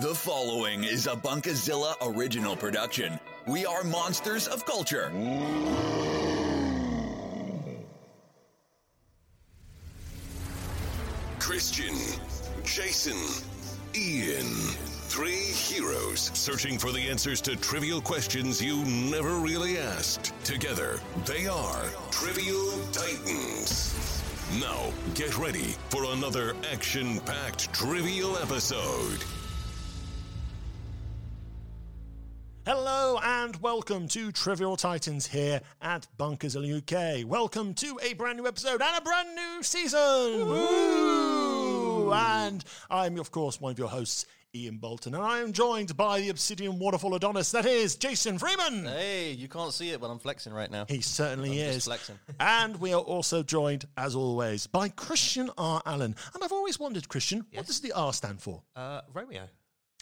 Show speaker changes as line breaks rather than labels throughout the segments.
The following is a Bunkazilla original production. We are monsters of culture.
Christian, Jason, Ian. Three heroes searching for the answers to trivial questions you never really asked. Together, they are Trivial Titans. Now, get ready for another action packed trivial episode.
Hello and welcome to Trivial Titans here at Bunkers UK. Welcome to a brand new episode and a brand new season. Woo! And I'm, of course, one of your hosts, Ian Bolton, and I am joined by the Obsidian Waterfall Adonis, that is Jason Freeman.
Hey, you can't see it, but I'm flexing right now.
He certainly
I'm just
is.
flexing.
And we are also joined, as always, by Christian R. Allen. And I've always wondered, Christian, what does the R stand for?
Uh, Romeo.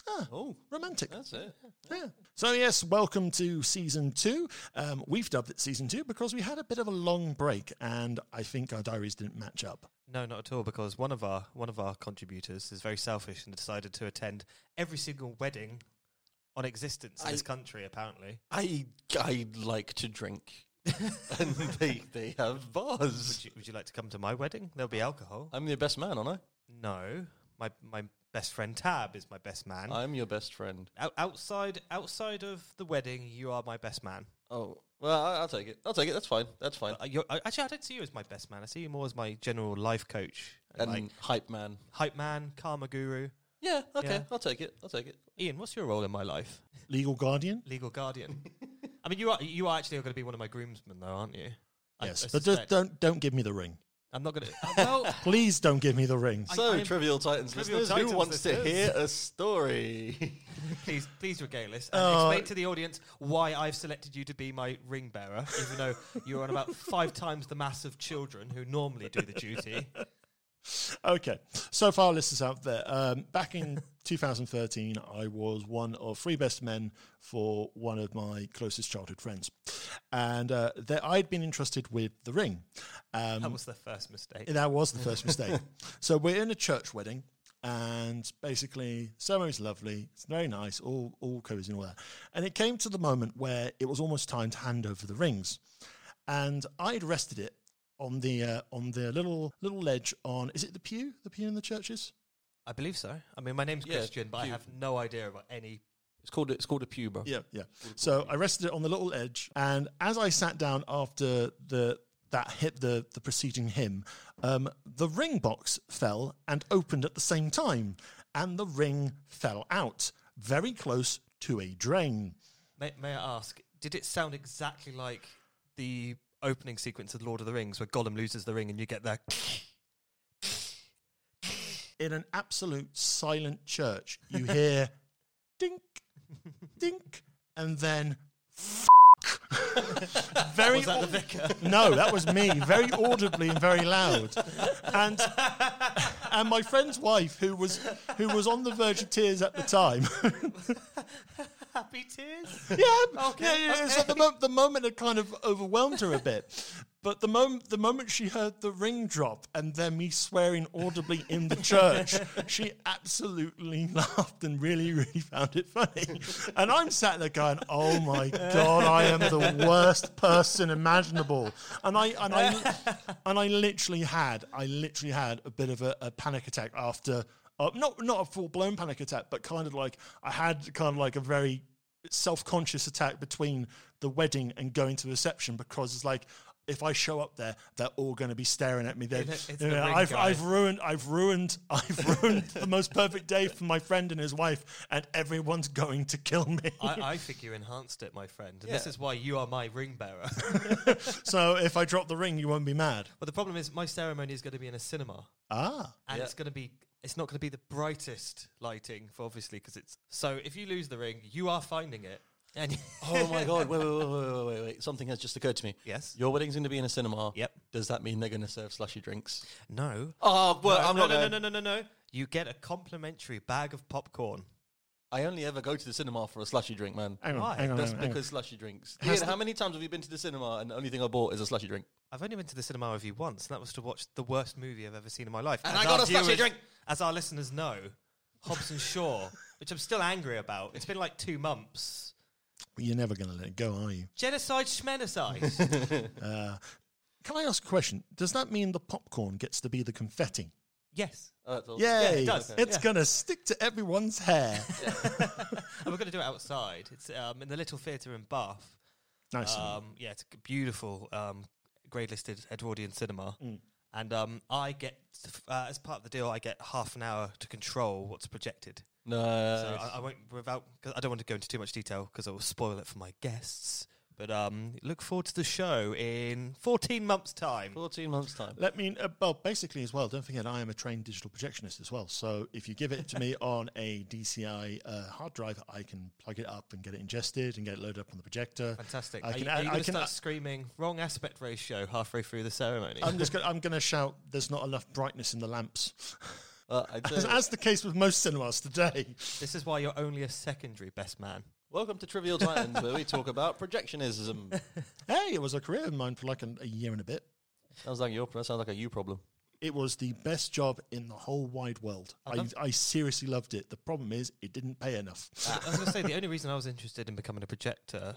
Ah, romantic.
That's it.
Yeah. So yes, welcome to season two. Um, we've dubbed it season two because we had a bit of a long break, and I think our diaries didn't match up.
No, not at all, because one of our one of our contributors is very selfish and decided to attend every single wedding on existence in this country. Apparently,
I I like to drink, and they they have bars.
would you, would you like to come to my wedding? There'll be alcohol.
I'm your best man, aren't
no, my my best friend Tab is my best man.
I? I'm your best friend.
Out- outside outside of the wedding, you are my best man.
Oh, well, I, I'll take it. I'll take it. That's fine. That's fine.
Uh, you're, I- actually, I don't see you as my best man. I see you more as my general life coach and,
and
like
hype man.
hype man, karma guru.
Yeah. Okay.
Yeah.
I'll take it. I'll take it.
Ian, what's your role in my life?
Legal guardian.
legal guardian. I mean, you are you are actually going to be one of my groomsmen, though, aren't you? I-
yes,
I
but just
suspect.
don't don't give me the ring.
I'm not going to. Well,
Please don't give me the ring.
I-
So,
I'm-
Trivial Titans
Trivial
listeners,
Titans
who wants to
listeners.
hear a story?
please, please regale us and
Oh.
explain to the audience why I've selected you to be my ring bearer, even though you're on about five times the mass of children who normally do the duty.
Okay. So far, listeners out there, um, back in 2013, I was one of three best men for one of my closest childhood friends, and uh, there, I'd been entrusted with the ring. Um,
That was the first mistake.
That was the first mistake. so we're in a church wedding, and basically ceremony's lovely. It's very nice, all all cozy and all that. And it came to the moment where it was almost time to hand over the rings, and I'd rested it on the uh, on the little little ledge on is it the pew the pew in the churches?
I believe so. I mean, my name's
Yeah,
Christian, but I
you-
have no idea about any.
It's called it's called a pew, bro.
Yeah, yeah. So I rested it on the little edge, and as I sat down after the that hip the the preceding hymn, um, the ring box fell and opened at the same time, and the ring fell out very close to a drain.
May, may I ask? Did it sound exactly like the opening sequence of Lord of the Rings, where Gollum loses the ring and you get that?
In an absolute silent church, you hear dink, dink, and then. very
Was that the vicar?
No, that was me, very audibly and very loud. And and my friend's wife, who was who was on the verge of tears at the time.
Happy tears.
yeah, yeah, Oh, yeah, yeah. So the, mo- the moment had kind of overwhelmed her a bit. But the moment the moment she heard the ring drop and then me swearing audibly in the church, she absolutely laughed and really, really found it funny. And I'm sat there going, "Oh my god, I am the worst person imaginable." And I and I and I literally had I literally had a bit of a, a panic attack after. Uh, not not a full blown panic attack, but kind of like I had kind of like a very self-conscious attack between the wedding and going to the reception because it's like if I show up there, they're all going to be staring at me. Then
It's- it's
you
the
know,
ring
I've,
guy.
I've ruined, I've ruined, I've ruined the most perfect day for my friend and his wife, and everyone's going to kill me.
I, I think you enhanced it, my friend. And this
Yeah.
is why you are my ring bearer.
so if I drop the ring, you won't be mad.
but the problem is, my ceremony is going to be in a cinema,
Ah,
and
Yeah.
it's going to be. It's not going to be the brightest lighting, for obviously, because it's so. If you lose the ring, you are finding it, and
Oh my god! Wait, wait, wait, wait, wait, wait, wait! Something has just occurred to me.
Yes?
Your wedding's going to be in a cinema.
Yep.
Does that mean they're going to serve slushy drinks?
no,
Oh, well,
no,
I'm
no,
not.
no,
going.
no, no, no, no. You get a complimentary bag of popcorn.
I only ever go to the cinema for a slushy drink, man.
hang on,
Why?
hang on,
That's
hang on, hang on.
because slushy drinks. Ian, how many times have you been to the cinema and the only thing I bought is a slushy drink?
I've only been to the cinema with you once, and that was to watch the worst movie I've ever seen in my life.
And
As
I
our
got a slushy
viewers-
drink.
As our listeners know, Hobson Shaw which I'm still angry about. It's been like two months.
You're never going to let it go, are you?
Genocide, schmenocide.
Can I ask a question? Does that mean the popcorn gets to be the confetti?
yes.
Oh, that's all-
Yay!
it does.
It's
Yeah.
going to stick to everyone's hair.
And we're going to do it outside. It's um, in the Little Theatre in Bath.
nice.
Um, yeah, it's a beautiful um, grade listed Edwardian cinema.
Mm.
And um, I get, uh, as part of the deal, I get half an hour to control what's projected.
No.
So uh, I, I won't without. Cause I don't want to go into too much detail because I will spoil it for my guests. But um, look forward to the show in 14 months' time.
14 months' time.
Let me, uh, well, basically as well, don't forget I am a trained digital projectionist as well. So if you give it to me on a DCI uh, hard drive, I can plug it up and get it ingested and get it loaded up on the projector.
Fantastic.
I
are
can,
you,
I,
are you
I
going to
can,
start screaming wrong aspect ratio halfway through the ceremony?
I'm just gonna, I'm going to shout, there's not enough brightness in the lamps.
Uh, I tell
As,
you-
as the case with most cinemas today.
this is why you're only a secondary best man.
welcome to Trivial Titans, where we talk about projectionism.
Hey, it was a career of mine for like an, a year and a bit.
Sounds like your that sounds like a you problem.
It was the best job in the whole wide world.
Uh-huh.
I, I seriously loved it. The problem is, it didn't pay enough.
I was going to say the only reason I was interested in becoming a projector.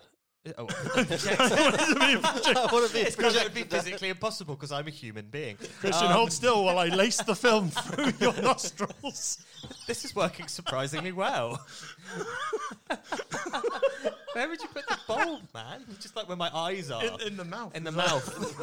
Oh, it's because it would be physically impossible because I'm a human being.
Christian, hold still while I lace the film through your nostrils.
This is working surprisingly well. Where would you put the bulb, man? Just like where my eyes are.
In, in the mouth.
In the mouth.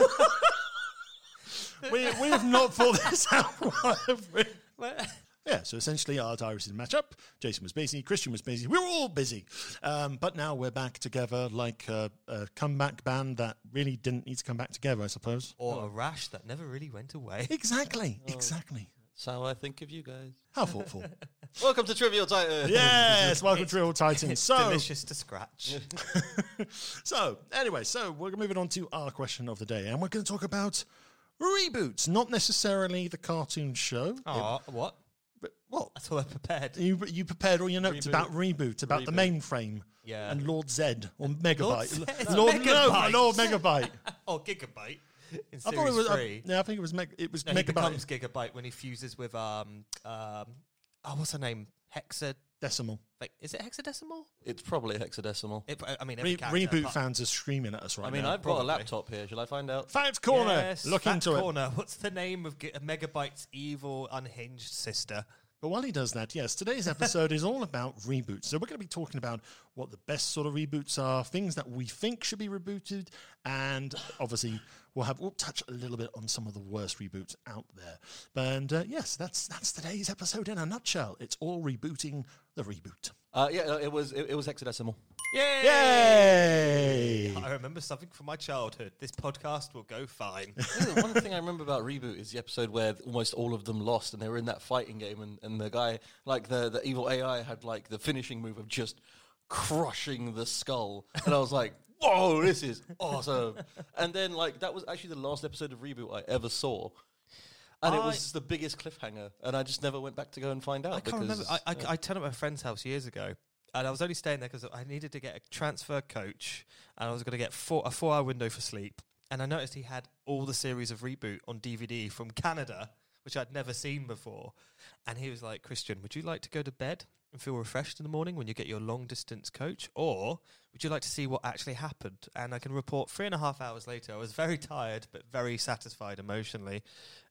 we, we have not thought this out. why have we?
Where-
Yeah, so essentially our diaries didn't match up. Jason was busy, Christian was busy, we were all busy. Um, but now we're back together like a, a comeback band that really didn't need to come back together, I suppose.
or a rash that never really went away.
Exactly, exactly.
That's how I think of you guys.
How thoughtful.
Welcome to Trivial Titans.
yes, welcome to Real Titans.
It's
So,
delicious to scratch.
so anyway, so we're moving on to our question of the day, and we're going to talk about reboots, not necessarily the cartoon show.
Aw, what?
But what?
That's all I prepared.
You, you prepared all your notes
Reboot.
about reboot, about the mainframe,
Yeah.
and Lord Zed or Megabyte.
Zed?
L- Lord,
Megabyte.
No, Lord Megabyte.
Oh, Gigabyte. In
I thought it
series
was. I,
three.
yeah, I think it was. Meg, it was
no, he
Megabyte.
becomes Gigabyte when he fuses with, um, um, oh, what's her name? Hexa.
decimal.
Like, is it hexadecimal?
It's probably hexadecimal.
It, I mean, every
Re-
character,
reboot
but-
fans are screaming at us right
I mean,
now.
I've got a
probably.
laptop here. Shall I find out?
Fact corner.
Yes,
Look
that
into it.
corner. What's the name of G- Megabyte's evil, unhinged sister?
But while he does that, yes, today's episode is all about reboots. So we're going to be talking about what the best sort of reboots are, things that we think should be rebooted, and obviously we'll have we'll touch a little bit on some of the worst reboots out there. And uh, yes, that's that's today's episode in a nutshell. It's all rebooting the reboot.
Uh, yeah, no, it was it, it was hexadecimal.
Yay!
Yay!
I remember something from my childhood. This podcast will go fine.
You know, One thing I remember about reboot is the episode where almost all of them lost, and they were in that fighting game, and, and the guy, like the the evil AI, had like the finishing move of just crushing the skull, and I was like, "Whoa, this is awesome!" and then like that was actually the last episode of reboot I ever saw. And it
I-
was the biggest cliffhanger, and I just never went back to go and find out.
I can't
because
remember. I, I, I turned up at my friend's house years ago, and I was only staying there because I needed to get a transfer coach, and I was going to get four, a four-hour window for sleep. And I noticed he had all the series of reboot on DVD from Canada, which I'd never seen before. And he was like, "Christian, would you like to go to bed and feel refreshed in the morning when you get your long-distance coach, or would you like to see what actually happened?" And I can report three and a half hours later, I was very tired but very satisfied emotionally.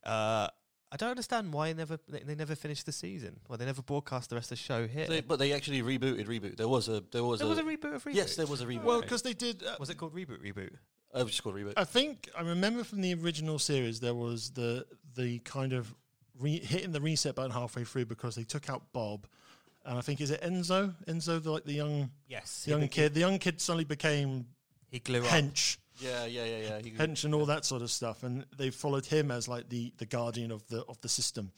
Uh, I don't understand why they never they, they never finished the season. Well, they never broadcast the rest of the show here.
they, but they actually rebooted reboot. There was a there was
there
a,
was a reboot of reboot.
yes, there was a reboot.
Well, because they did. Uh,
was it called reboot reboot?
I was just called reboot.
I think I remember from the original series there was the the kind of re- hitting the reset button halfway through because they took out Bob, and I think is it Enzo? Enzo, the, like the young
Yes,
the young kid. The young kid suddenly became
He glue up.
hench,
yeah, yeah, yeah, yeah. He-
hench, and all that sort of stuff. And they followed him as like the the guardian of the of the system.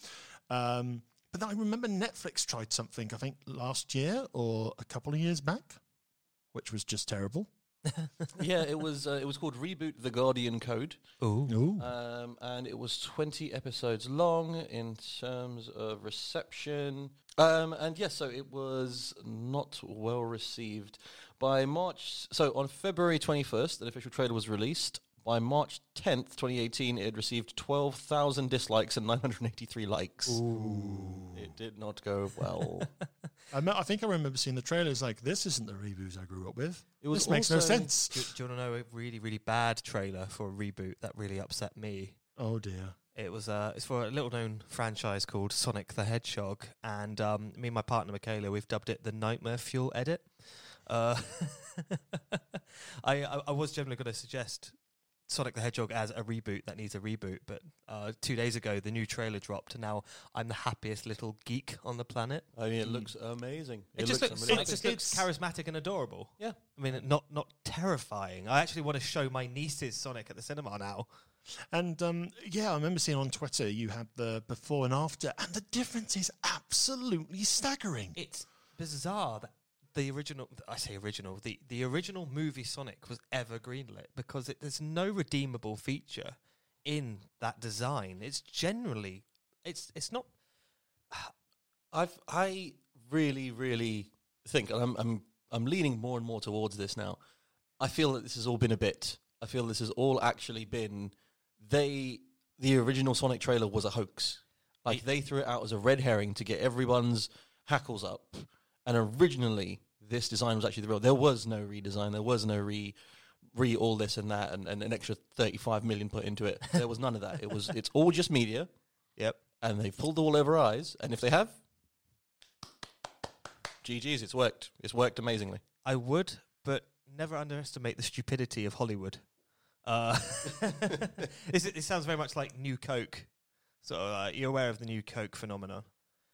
Um, but then I remember Netflix tried something I think last year or a couple of years back, which was just terrible.
yeah, it was uh, it was called Reboot the Guardian Code,
Ooh.
um, and it was twenty episodes long in terms of reception. Um, and yes, so it was not well received by March. So on February twenty first, an official trailer was released. By March tenth, twenty eighteen, it had received twelve thousand dislikes and nine hundred eighty three likes. It did not go well.
I, me- I think I remember seeing the trailers like, this isn't the reboot I grew up with.
It was
this makes no
also- Do,
sense.
do you want to know a really, really bad trailer for a reboot that really upset me?
Oh dear.
It was uh, it's for a little known franchise called Sonic the Hedgehog, and um, me and my partner Michaela, we've dubbed it the Nightmare Fuel Edit. Uh, I, I I was generally going to suggest Sonic the Hedgehog as a reboot that needs a reboot, but uh, two days ago the new trailer dropped, and now I'm the happiest little geek on the planet.
I mean, it looks amazing.
It, just looks,
amazing.
it just looks charismatic and adorable.
yeah.
I mean, not not terrifying. I actually want to show my nieces Sonic at the cinema now.
And um, yeah, I remember seeing on Twitter you had the before and after, and the difference is absolutely staggering.
It's bizarre that the original, I say original, the, the original movie Sonic was ever greenlit because it, there's no redeemable feature in that design. It's generally, it's it's not.
I've I really really think, and I'm I'm I'm leaning more and more towards this now. I feel that this has all been a bit. I feel this has all actually been they. The original Sonic trailer was a hoax. Like they threw it out as a red herring to get everyone's hackles up. And originally, this design was actually the real. There was no redesign. There was no re re all this and that, and, and an extra thirty five million put into it. There was none of that. It was it's all just media.
Yep.
and they've pulled the wool over our eyes. And if they have, GG's, it's worked. It's worked amazingly.
I would, but never underestimate the stupidity of Hollywood. Uh, this, it sounds very much like New Coke. So uh, you're aware of the New Coke phenomenon.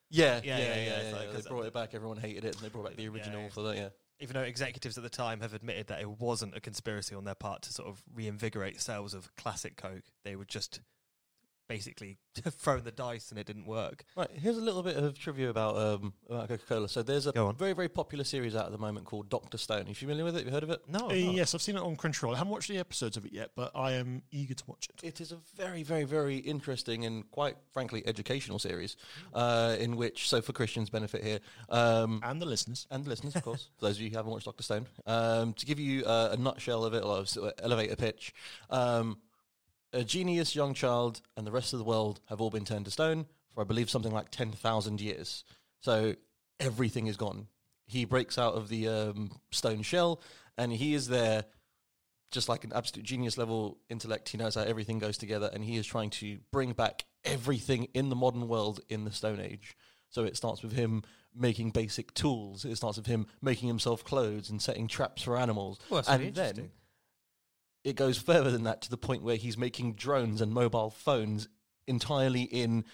Yeah,
yeah, yeah, it's like- 'cause
they brought it back. Everyone hated it, and they brought back the original
yeah.
for that. Yeah,
even though executives at the time have admitted that it wasn't a conspiracy on their part to sort of reinvigorate sales of classic Coke, they were just basically throwing the dice and it didn't work.
right. Here's a little bit of trivia about um, about Coca Cola. So there's a
Go on.
very very popular series out at the moment called Doctor Stone. Are you familiar with it? Have you heard of it?
No,
Uh, yes, I've seen it on Crunchyroll. I haven't watched the episodes of it yet, but I am eager to watch it.
It is a very, very, very interesting and quite frankly educational series, uh, in which, so for Christians' benefit here, um,
And the listeners.
and listeners, of course, for those of you who haven't watched Doctor Stone, um, to give you uh, a nutshell of it, or sort of elevate a pitch, um, a genius young child and the rest of the world have all been turned to stone for, I believe, something like 10,000 years. So everything is gone. He breaks out of the um, stone shell and he is there just like an absolute genius level intellect. He knows how everything goes together, and he is trying to bring back everything in the modern world in the Stone Age. So it starts with him making basic tools. It starts with him making himself clothes and setting traps for animals.
Well, that's really
and
interesting.
then it goes further than that to the point where he's making drones and mobile phones entirely in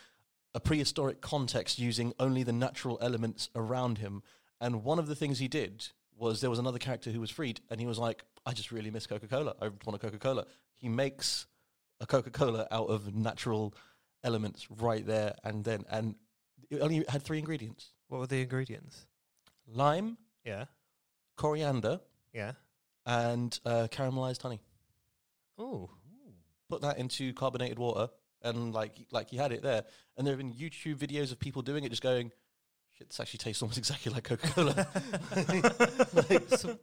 a prehistoric context using only the natural elements around him. And one of the things he did was there was another character who was freed, and he was like, I just really miss Coca Cola. I want a Coca Cola. He makes a Coca Cola out of natural elements right there and then. And it only had three ingredients
what were the ingredients?
lime,
Yeah,
coriander,
yeah.
and uh, caramelized honey.
Oh,
put that into carbonated water and like like you had it there. And there have been YouTube videos of people doing it, just going, "Shit, this actually tastes almost exactly like Coca Cola."
so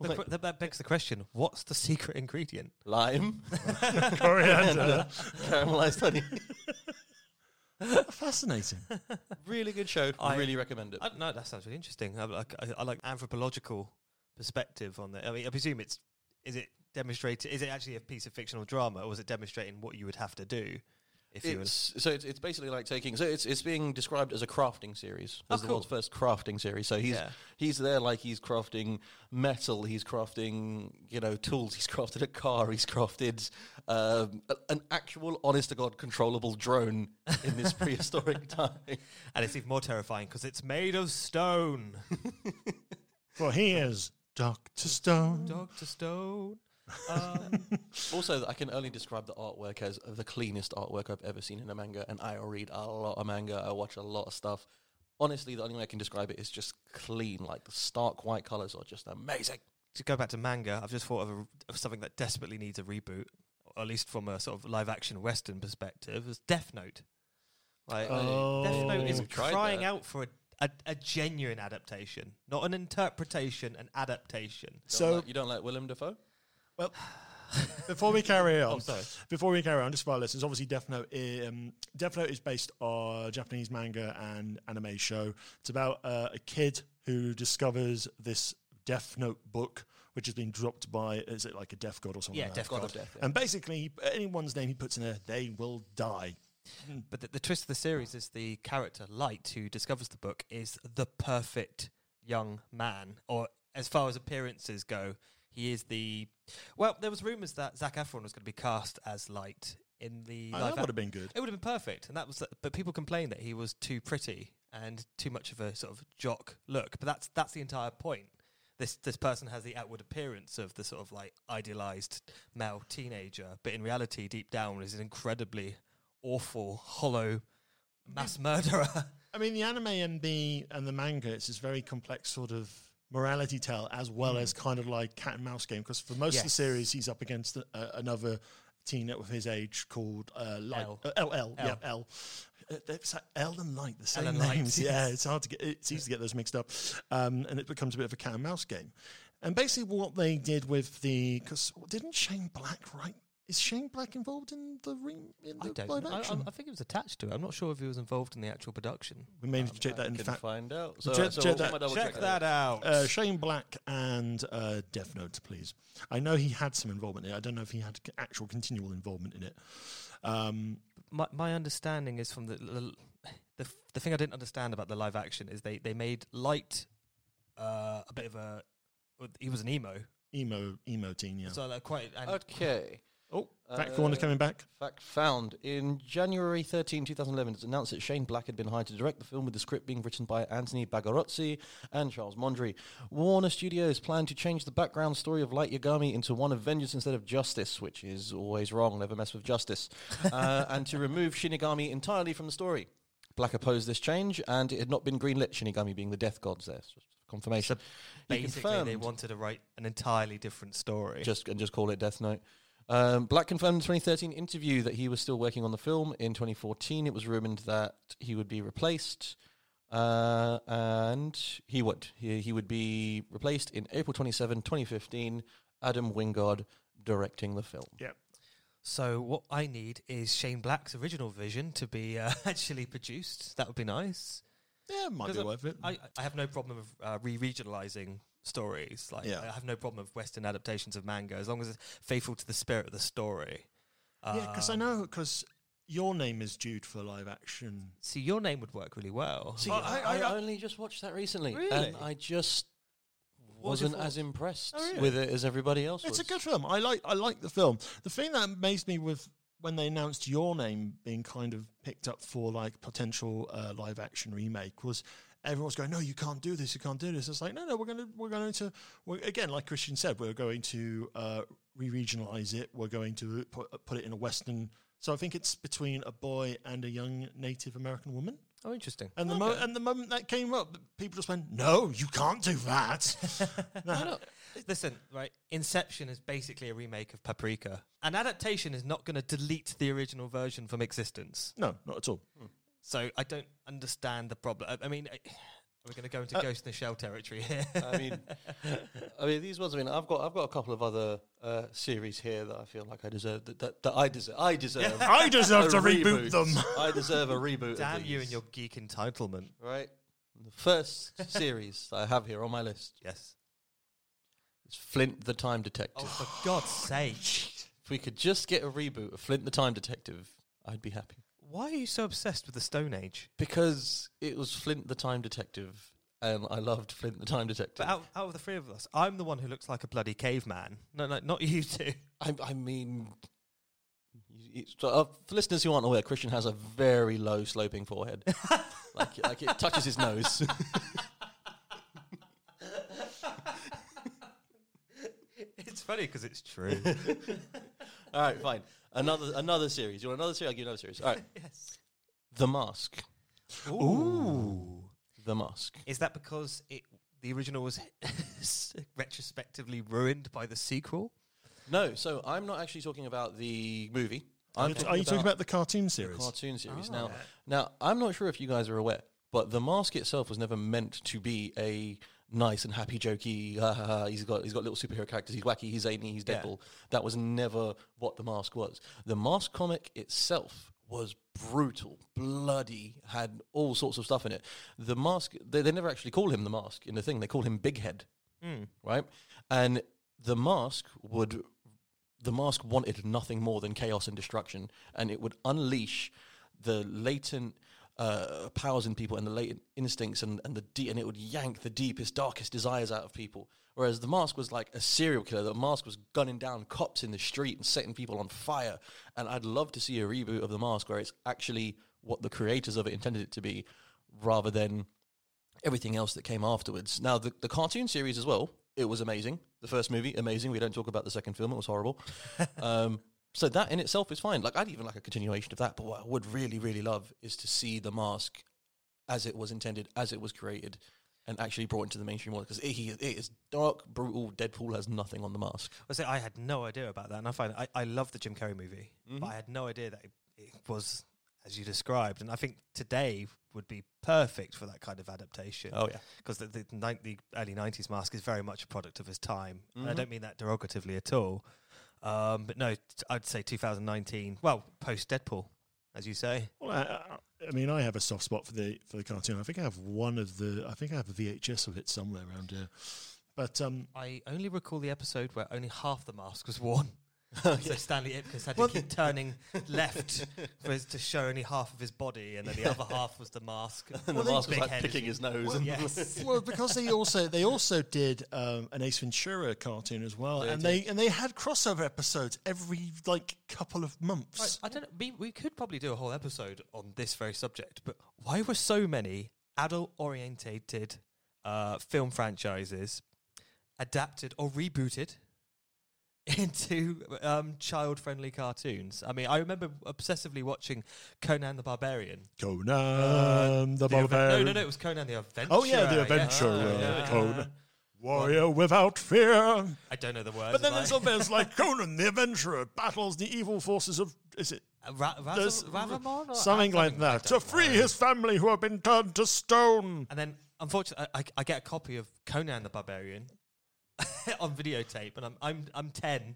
the que- that- that begs the question: What's the secret ingredient?
Lime,
Coriander.
caramelized honey.
Fascinating.
really good show.
I-
I really recommend it.
I don't know. That sounds really interesting. I like, I, I like anthropological perspective on that. I mean, I presume it's is it demonstrated? Is it actually a piece of fictional drama, or is it demonstrating what you would have to do if you were
it's, so it's, it's basically like taking so it's it's being described as a crafting series as the world's first crafting series so he's
Yeah.
he's there like he's crafting metal he's crafting you know tools he's crafted a car he's crafted um, a- an actual honest to god controllable drone in this prehistoric time
And it's even more terrifying because it's made of stone.
well, here's Dr. Stone.
Dr. Stone.
also i can only describe the artwork as the cleanest artwork i've ever seen in a manga and i read a lot of manga i watch a lot of stuff honestly the only way i can describe it is just clean like the stark white colors are just amazing
To go back to manga, I've just thought of, a, of something that desperately needs a reboot, or at least from a sort of live action Western perspective, is Death Note. Like,
uh,
Death Note is
We've Oh, tried
crying
that.
out for a, a, a genuine adaptation, not an interpretation, an adaptation.
So,
you don't like Willem Dafoe?
Well, before we carry
Oh,
on, before we carry on, just for our listeners, obviously Death Note, i- um, Death Note is based on a Japanese manga and anime show. It's about uh, a kid who discovers this Death Note book, which has been dropped by, is it like a Death God or something?
Yeah,
like
Death
that?
God. God of Death, yeah.
And basically, uh, anyone's name he puts in there, they will die.
But the, the twist of the series is the character Light, who discovers the book, is the perfect young man, or as far as appearances go, he is the. Well, there was rumors that Zach Efron was going to be cast as Light in the.
Ah,
live
that
ac-
would've been good.
It would have been perfect, and that was. but people complained that he was too pretty and too much of a sort of jock look. But that's that's the entire point. This this person has the outward appearance of the sort of like idealized male teenager, but in reality, deep down, is an incredibly awful, hollow mass murderer.
I mean, the anime and the and the manga, it's this very complex sort of morality tale, as well as kind of like cat and mouse game. Because for most of the
Mm. Yes.
series, he's up against uh, another teen of his age called uh, Light.
L.
Uh, LL, yeah,
L.
L. Uh, it's like L and Light, the same
and Light,
names. yeah, it's hard to get. It's easy to get those mixed up, um, and it becomes a bit of a cat and mouse game. And basically, what they did with the because didn't Shane Black write? Is Shane Black involved in the re, in the live
I,
action?
think it was attached to it. I'm not sure if he was involved in the actual production.
we may need to check that in
Can
fact.
find out. So,
Check-
so
check
I'm gonna
that-
double check
out.
Uh, Shane Black and uh, Death Note, please. I know he had some involvement in it. I don't know if he had c- actual continual involvement in it. Um,
my, my understanding is from the the, the f- the thing I didn't understand about the live action is they they made light uh, a bit of a he was an emo,
emo, emo teen, yeah.
so like quite and
Okay. Uh,
oh, Fat Corner's coming back.
Fact found. In January 13, 2011, it's announced that Shane Black had been hired to direct the film, with the script being written by Anthony Bagarozzi and Charles Mondry. Warner Studios planned to change the background story of Light Yagami into one of vengeance instead of justice, which is always wrong, never mess with justice, uh, and to remove Shinigami entirely from the story. Black opposed this change, and it had not been greenlit, Shinigami being the death gods there. Just confirmation. He
basically they
confirmed-
wanted to write an entirely different story.
just and just call it Death Note. Um, Black confirmed in 2013 interview that he was still working on the film. In 2014, it was rumored that he would be replaced, uh, and he would. He, he would be replaced in April 27, 2015. Adam Wingard directing the film.
Yep.
so what I need is Shane Black's original vision to be uh, actually produced. That would be nice.
Yeah, might be worth it.
I, I have no problem of uh, re-regionalizing stories. Like
Yeah.
I have no problem of Western adaptations of manga as long as it's faithful to the spirit of the story.
yeah, because I know, because your name is Jude for live action.
See, your name would work really well.
See,
Oh,
I,
I- I- I-
only just watched that recently,
Really?
and I just
was your
wasn't as impressed
Oh, really?
with it as everybody else was.
It's a good film. I like I like the film. The thing that amazed me with when they announced your name being kind of picked up for like potential uh, live action remake was everyone's going, no, you can't do this, you can't do this. It's like, no, no, we're gonna we're going to we're, again, like Christian said, we're going to uh, re-regionalize it. We're going to put, put it in a Western. So I think it's between a boy and a young Native American woman.
oh, interesting.
And the mo- and the moment that came up, people just went, "No, you can't do that."
Listen, right? Inception is basically a remake of Paprika. An adaptation is not going to delete the original version from existence.
no, not at all.
So I don't understand the problem. I, I mean, I, are we going to go into Ghost in the Shell territory here?
I mean, I mean these ones. I mean, I've got I've got a couple of other uh, series here that I feel like I deserve that that, that I deserve. I deserve.
I deserve
a
to reboot them.
I deserve a reboot. of
Damn you
these,
and your geek entitlement.
right. The first series that I have here on my list
Yes.
is Flint the Time Detective.
Oh, for God's sake.
If we could just get a reboot of Flint the Time Detective, I'd be happy.
Why are you so obsessed with the Stone Age?
Because it was Flint the Time Detective, and I loved Flint the Time Detective.
But out, out of the three of us, I'm the one who looks like a bloody caveman. No, no, not you two.
I, I mean, y- it's, so, uh, for listeners who aren't aware, Christian has a very low sloping forehead. like, like it touches his nose.
It's funny because it's true.
All right, fine. Another another series. You want another series? I'll give you another series. All right.
yes.
The Mask.
Ooh.
The Mask.
Is that because it the original was retrospectively ruined by the sequel?
No, so I'm not actually talking about the movie. I'm
Are you talking about the cartoon series?
cartoon series. Now, now I'm not sure if you guys are aware, but the mask itself was never meant to be a nice and happy, jokey. Ha, ha, ha, he's got he's got little superhero characters. He's wacky. He's zany. He's Deadpool. That was never what the mask was. The mask comic itself was brutal, bloody, had all sorts of stuff in it. The mask, they, they never actually call him the mask in the thing, they call him Big Head, right? And the mask would, the mask wanted nothing more than chaos and destruction, and it would unleash the latent. Uh, powers in people and the latent instincts and, and the de- and it would yank the deepest darkest desires out of people whereas the mask was like a serial killer the mask was gunning down cops in the street and setting people on fire and i'd love to see a reboot of the mask where it's actually what the creators of it intended it to be rather than everything else that came afterwards. Now, the, the cartoon series as well, it was amazing. The first movie, amazing. We don't talk about the second film, it was horrible. um, so that in itself is fine. Like, I'd even like a continuation of that. But what I would really, really love is to see The Mask as it was intended, as it was created, and actually brought into the mainstream world. Because it, he- it is dark, brutal. Deadpool has nothing on The Mask.
I say I had no idea about that, and I find I, I love the Jim Carrey movie,
Mm-hmm.
but I had no idea that it, it was as you described, and I think today would be perfect for that kind of adaptation.
Oh, yeah.
because the, the, nine the early '90s mask is very much a product of his time, and
Mm-hmm.
I don't mean that derogatively at all. Um, but no, t- I'd say 2019. Well, post Deadpool, as you say.
Well, I, I, I mean, I have a soft spot for the for the cartoon. I think I have one of the. I think I have a VHS of it somewhere around here. But um,
I only recall the episode where only half the mask was worn.
Oh,
So Stanley Ipkiss had to keep turning left for his, to show only half of his body, and then the other half was the mask.
And The Mask was like picking his nose. and
Yes.
well, because they also they also did um, an Ace Ventura cartoon as well, and they and they had crossover episodes every like couple of months.
I, I don't. know, We, we could probably do a whole episode on this very subject, but why were so many adult-orientated uh, film franchises adapted or rebooted into um, child-friendly cartoons? I mean, I remember obsessively watching Conan the Barbarian.
Conan Uh, the,
The Aven-
Barbarian.
No, no, no, it was Conan the Adventurer.
Oh yeah, the
I guess.
adventure uh,
Ah, yeah.
Conan, warrior without fear.
I don't know the words.
But then
am I?
there's others like Conan the Adventurer battles the evil forces of is it
Ra- Razzle-
there's
Ravamon or-
something
I- I
like
don't- I
that to
don't
free
know.
his family who have been turned to stone.
And then, unfortunately, I, I- I get a copy of Conan the Barbarian on videotape, and I'm I'm I'm ten,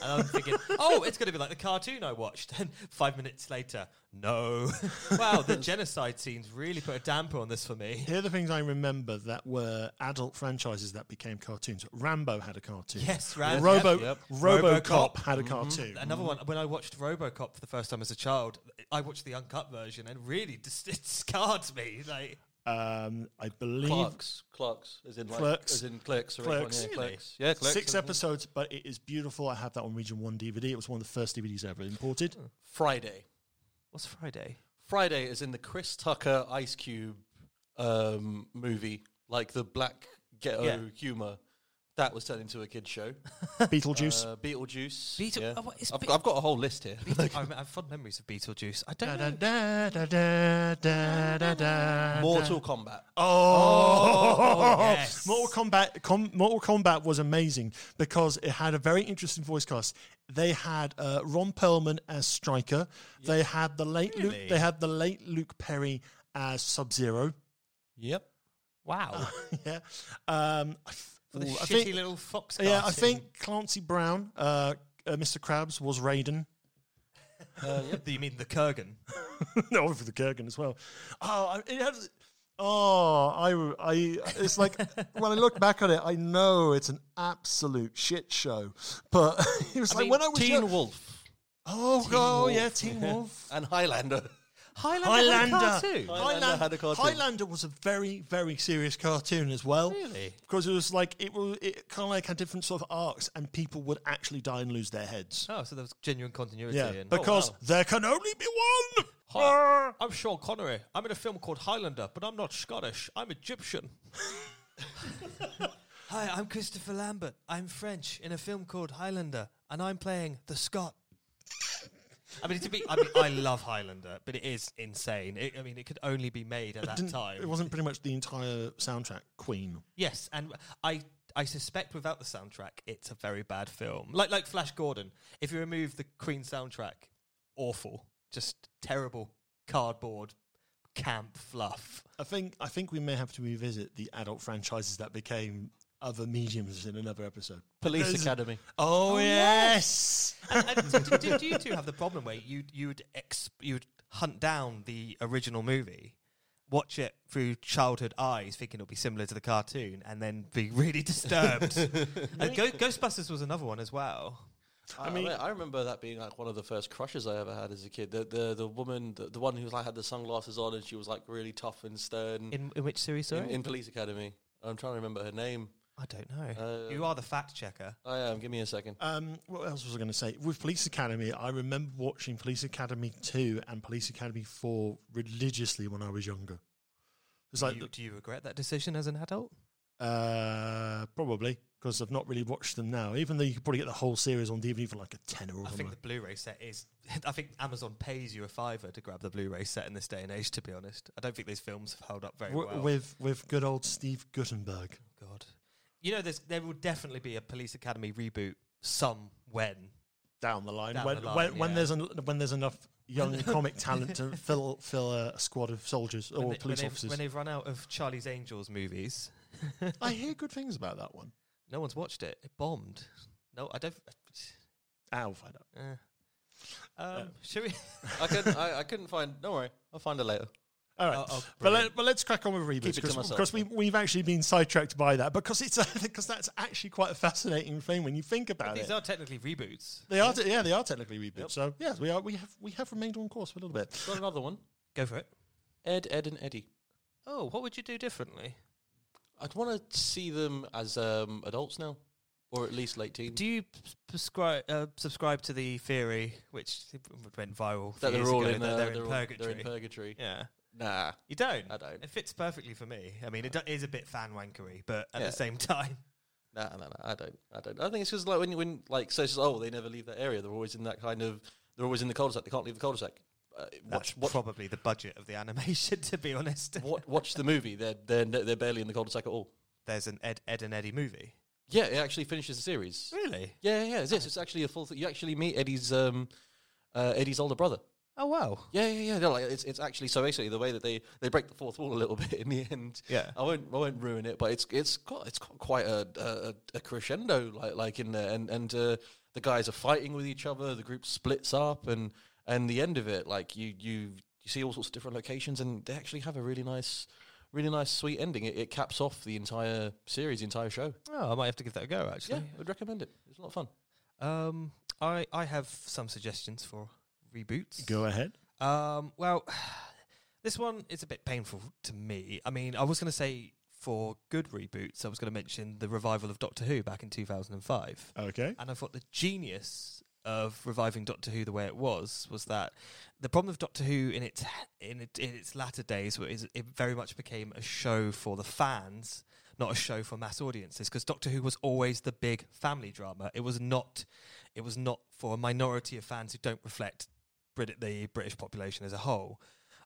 and I'm thinking, oh, it's going to be like the cartoon I watched. And five minutes later, no, wow, the genocide scenes really put a damper on this for me.
Here are the things I remember that were adult franchises that became cartoons. Rambo had a cartoon.
Yes, Ram-
Robo
yep, yep.
RoboCop,
RoboCop.
had a cartoon.
Another one, when I watched Robocop for the first time as a child, I watched the uncut version and really just it scarred me. Like,
Um, I believe
Clerks. Clerks. As in, like,
Clerks.
As in clerks. or
Clerks.
everyone, Yeah,
Really?
clerks. Yeah, clerks.
six episodes, but it is beautiful. I have that on Region One DVD. It was one of the first DVDs ever imported.
Friday.
what's Friday?
Friday is in the Chris Tucker Ice Cube um, movie, like the black ghetto
Yeah.
humor. That was turned into a kid show.
Beetlejuice.
Uh, Beetlejuice.
Beetle-
yeah.
oh, what is
I've,
Be-
got- I've got a whole list here.
Beetle- I, rem- I have fond memories of Beetlejuice. I don't know.
Da, da, da, da, da, da.
Mortal Kombat.
Oh,
yes.
Mortal Kombat! Com- Mortal Kombat was amazing because it had a very interesting voice cast. They had uh, Ron Perlman as Striker. They had the late Luke. They had the late Luke Perry as Sub Zero.
Yep.
Wow.
yeah, um, I, f-
For the
ooh,
shitty
I think-
little fox.
Yeah, I
cartoon.
think Clancy Brown, uh, uh, Mr. Krabs, was Raiden.
Do you mean the Kurgan?
no, for the Kurgan as well. Oh, I- it has. Oh, I, re- I, it's like when I look back on it, I know it's an absolute shit show. But it was like when I was
Teen
young-
Wolf
oh, oh yeah, Teen Wolf.
and Highlander.
Highlander. had a
Highlander.
cartoon.
Highlander had a cartoon.
Highlander was a very, very serious cartoon as well.
Really?
Because it was like it was it kind of like had different sort of arcs, and people would actually die and lose their heads.
Oh, so there was genuine continuity.
yeah,
in.
because
Oh,
there can only be one. Ah!
wow. I'm Sean Connery. I'm in a film called Highlander, but I'm not Scottish. I'm Egyptian. Hi, I'm Christopher Lambert. I'm French in a film called Highlander, and I'm playing the Scot. I mean, to be, I mean, I love Highlander, but it is insane. It, I mean, it could only be made at that
Didn't-
time.
It wasn't pretty much the entire soundtrack. Queen.
Yes, and I I suspect without the soundtrack, it's a very bad film. Like like Flash Gordon. If you remove the Queen soundtrack, awful, just terrible cardboard camp fluff.
I think I think we may have to revisit the adult franchises that became other mediums in another episode.
Police
There's-
Academy.
Oh, yes.
And so do, do, do you two have the problem where you you'd ex, you'd hunt down the original movie, watch it through childhood eyes, thinking it'll be similar to the cartoon, and then be really disturbed? and Go, Ghostbusters was another one as well.
I, mean, I remember that being like one of the first crushes I ever had as a kid. The the, the woman, the, the one who like had the sunglasses on, and she was like really tough and stern
In in which series? Sorry,
in, in Police Academy. I'm trying to remember her name.
I don't know. you are the fact checker.
I am. Give me a second.
Um, what else was I going to say? With Police Academy, I remember watching Police Academy 2 and Police Academy 4 religiously when I was younger. It's like,
do, you, do you regret that decision as an adult?
uh, probably, because I've not really watched them now, even though you could probably get the whole series on DVD for like a tenner or
I
something.
think the Blu-ray set is. I think Amazon pays you a fiver to grab the Blu-ray set in this day and age. To be honest, I don't think these films have held up very
W-
well.
with, with good old Steve Gutenberg.
God, you know, there's there will definitely be a Police Academy reboot some when.
down the line
Down
when
the line,
when, when
yeah.
there's en- when there's enough young comic talent to fill fill a squad of soldiers or
when they- when
police
they've-
officers.
when they've run out of Charlie's Angels movies.
I hear good things about that one.
No one's watched it. It bombed. No, I don't.
I'll find out.
Uh,
Uh,
um, should we?
I couldn't. I, I couldn't find. Don't worry. I'll find her later.
All right,
Oh, oh,
but,
brilliant.
let, but let's crack on with
Keep
reboots
it to myself.
because we we've actually been sidetracked by that because it's because that's actually quite a fascinating thing when you think about
These
it.
are technically reboots.
they are, te- yeah, they are technically reboots. So yes, we are. We have we have remained on course for a little bit.
Got another one.
Go for it.
Ed, Ed, and Eddie.
Oh, what would you do differently?
I'd want to see them as um, adults now, or at least late teens.
Do you p- prescribe, uh, subscribe to the theory, which went viral? a few
that they're
years
all
ago,
in,
that
uh,
they're,
they're
in
all-
purgatory.
They're in purgatory.
yeah.
Nah.
You don't?
I don't.
It fits perfectly for me. I mean, it do- is a bit fan wankery, but at
Yeah.
the same time,
No, no, no, I don't. I don't. I think it's because like when you- when like so it's just, oh they never leave that area. They're always in that kind of they're always in the cul-de-sac. They can't leave the cul-de-sac. Uh, watch
that's
watch,
probably the budget of the animation, to be honest.
watch watch the movie. They're they're ne- they're barely in the cul-de-sac at all.
There's an Ed, Ed and Eddie movie.
Yeah, it actually finishes the series.
Really?
Yeah, yeah, yeah. It's, it's actually a full. Th- you actually meet Eddie's um uh, Eddie's older brother.
Oh, wow.
Yeah, yeah, yeah. No, like it's, it's actually so basically the way that they, they break the fourth wall a little bit in the end.
Yeah.
I won't I won't ruin it, but it's it's got it's got quite a a, a crescendo like like in there, and and uh, the guys are fighting with each other. The group splits up, and and the end of it, like you you you see all sorts of different locations, and they actually have a really nice. Really nice, sweet ending. It, it caps off the entire series, the entire show.
Oh, I might have to give that a go,
Yeah,
actually.
I would recommend it. It's a lot of fun.
Um, I, I have some suggestions for reboots.
Go ahead.
Um, well, this one is a bit painful to me. I mean, I was going to say for good reboots, I was going to mention the revival of Doctor Who back in 2005.
Okay.
And I thought the genius of reviving Doctor Who the way it was was that the problem of Doctor Who in its in, it, in its latter days was it very much became a show for the fans, not a show for mass audiences. Because Doctor Who was always the big family drama. It was not it was not for a minority of fans who don't reflect Brit- the British population as a whole.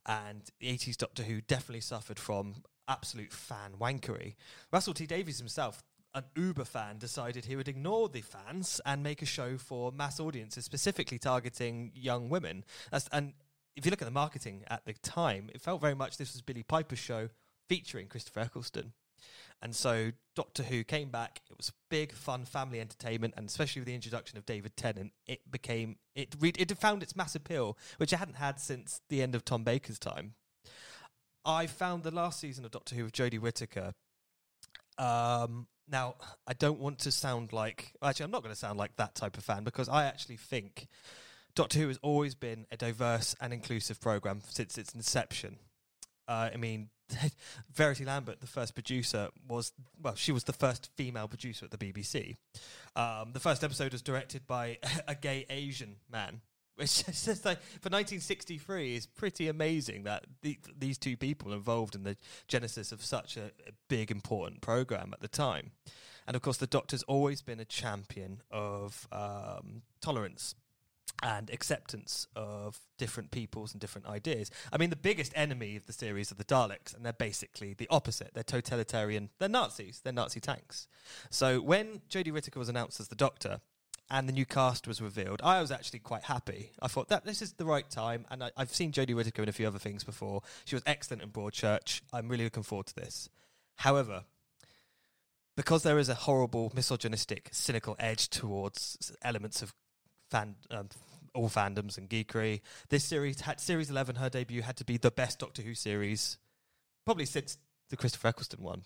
And the 80s Doctor Who definitely suffered from absolute fan wankery. Russell T Davies himself, an uber fan, decided he would ignore the fans and make a show for mass audiences, specifically targeting young women. That's, and if you look at the marketing at the time, it felt very much this was Billy Piper's show featuring Christopher Eccleston. And so Doctor Who came back. It was big, fun family entertainment, and especially with the introduction of David Tennant, it became it re- it found its mass appeal, which it hadn't had since the end of Tom Baker's time. I found the last season of Doctor Who with Jodie Whittaker. Um, now I don't want to sound like actually I'm not going to sound like that type of fan because I actually think Doctor Who has always been a diverse and inclusive program since its inception. Uh, I mean, Verity Lambert, the first producer, was well, she was the first female producer at the BBC. Um, the first episode was directed by a gay Asian man, which is just like for 1963 is pretty amazing that the, these two people involved in the genesis of such a, a big important program at the time. And of course, the Doctor's always been a champion of um, tolerance and acceptance of different peoples and different ideas. I mean, the biggest enemy of the series are the Daleks, and they're basically the opposite. They're totalitarian. They're Nazis. They're Nazi tanks. So when Jodie Whittaker was announced as the Doctor and the new cast was revealed, I was actually quite happy. I thought that this is the right time, and I, I've seen Jodie Whittaker in a few other things before. She was excellent in Broadchurch. I'm really looking forward to this. However, because there is a horrible, misogynistic, cynical edge towards s- elements of fan, um, all fandoms and geekery, this series had series eleven. Her debut had to be the best Doctor Who series, probably since the Christopher Eccleston one.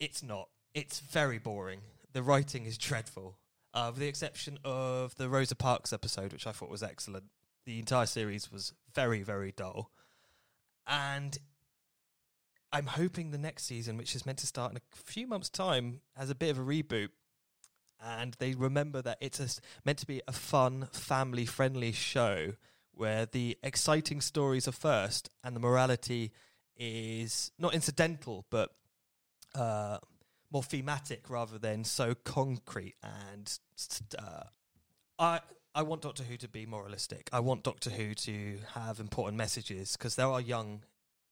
It's not. It's very boring. The writing is dreadful, uh, with the exception of the Rosa Parks episode, which I thought was excellent. The entire series was very, very dull, and I'm hoping the next season, which is meant to start in a few months' time, has a bit of a reboot, and they remember that it's a s meant to be a fun, family-friendly show where the exciting stories are first, and the morality is not incidental, but uh, more thematic rather than so concrete and st- uh, I I want Doctor Who to be moralistic. I want Doctor Who to have important messages because there are young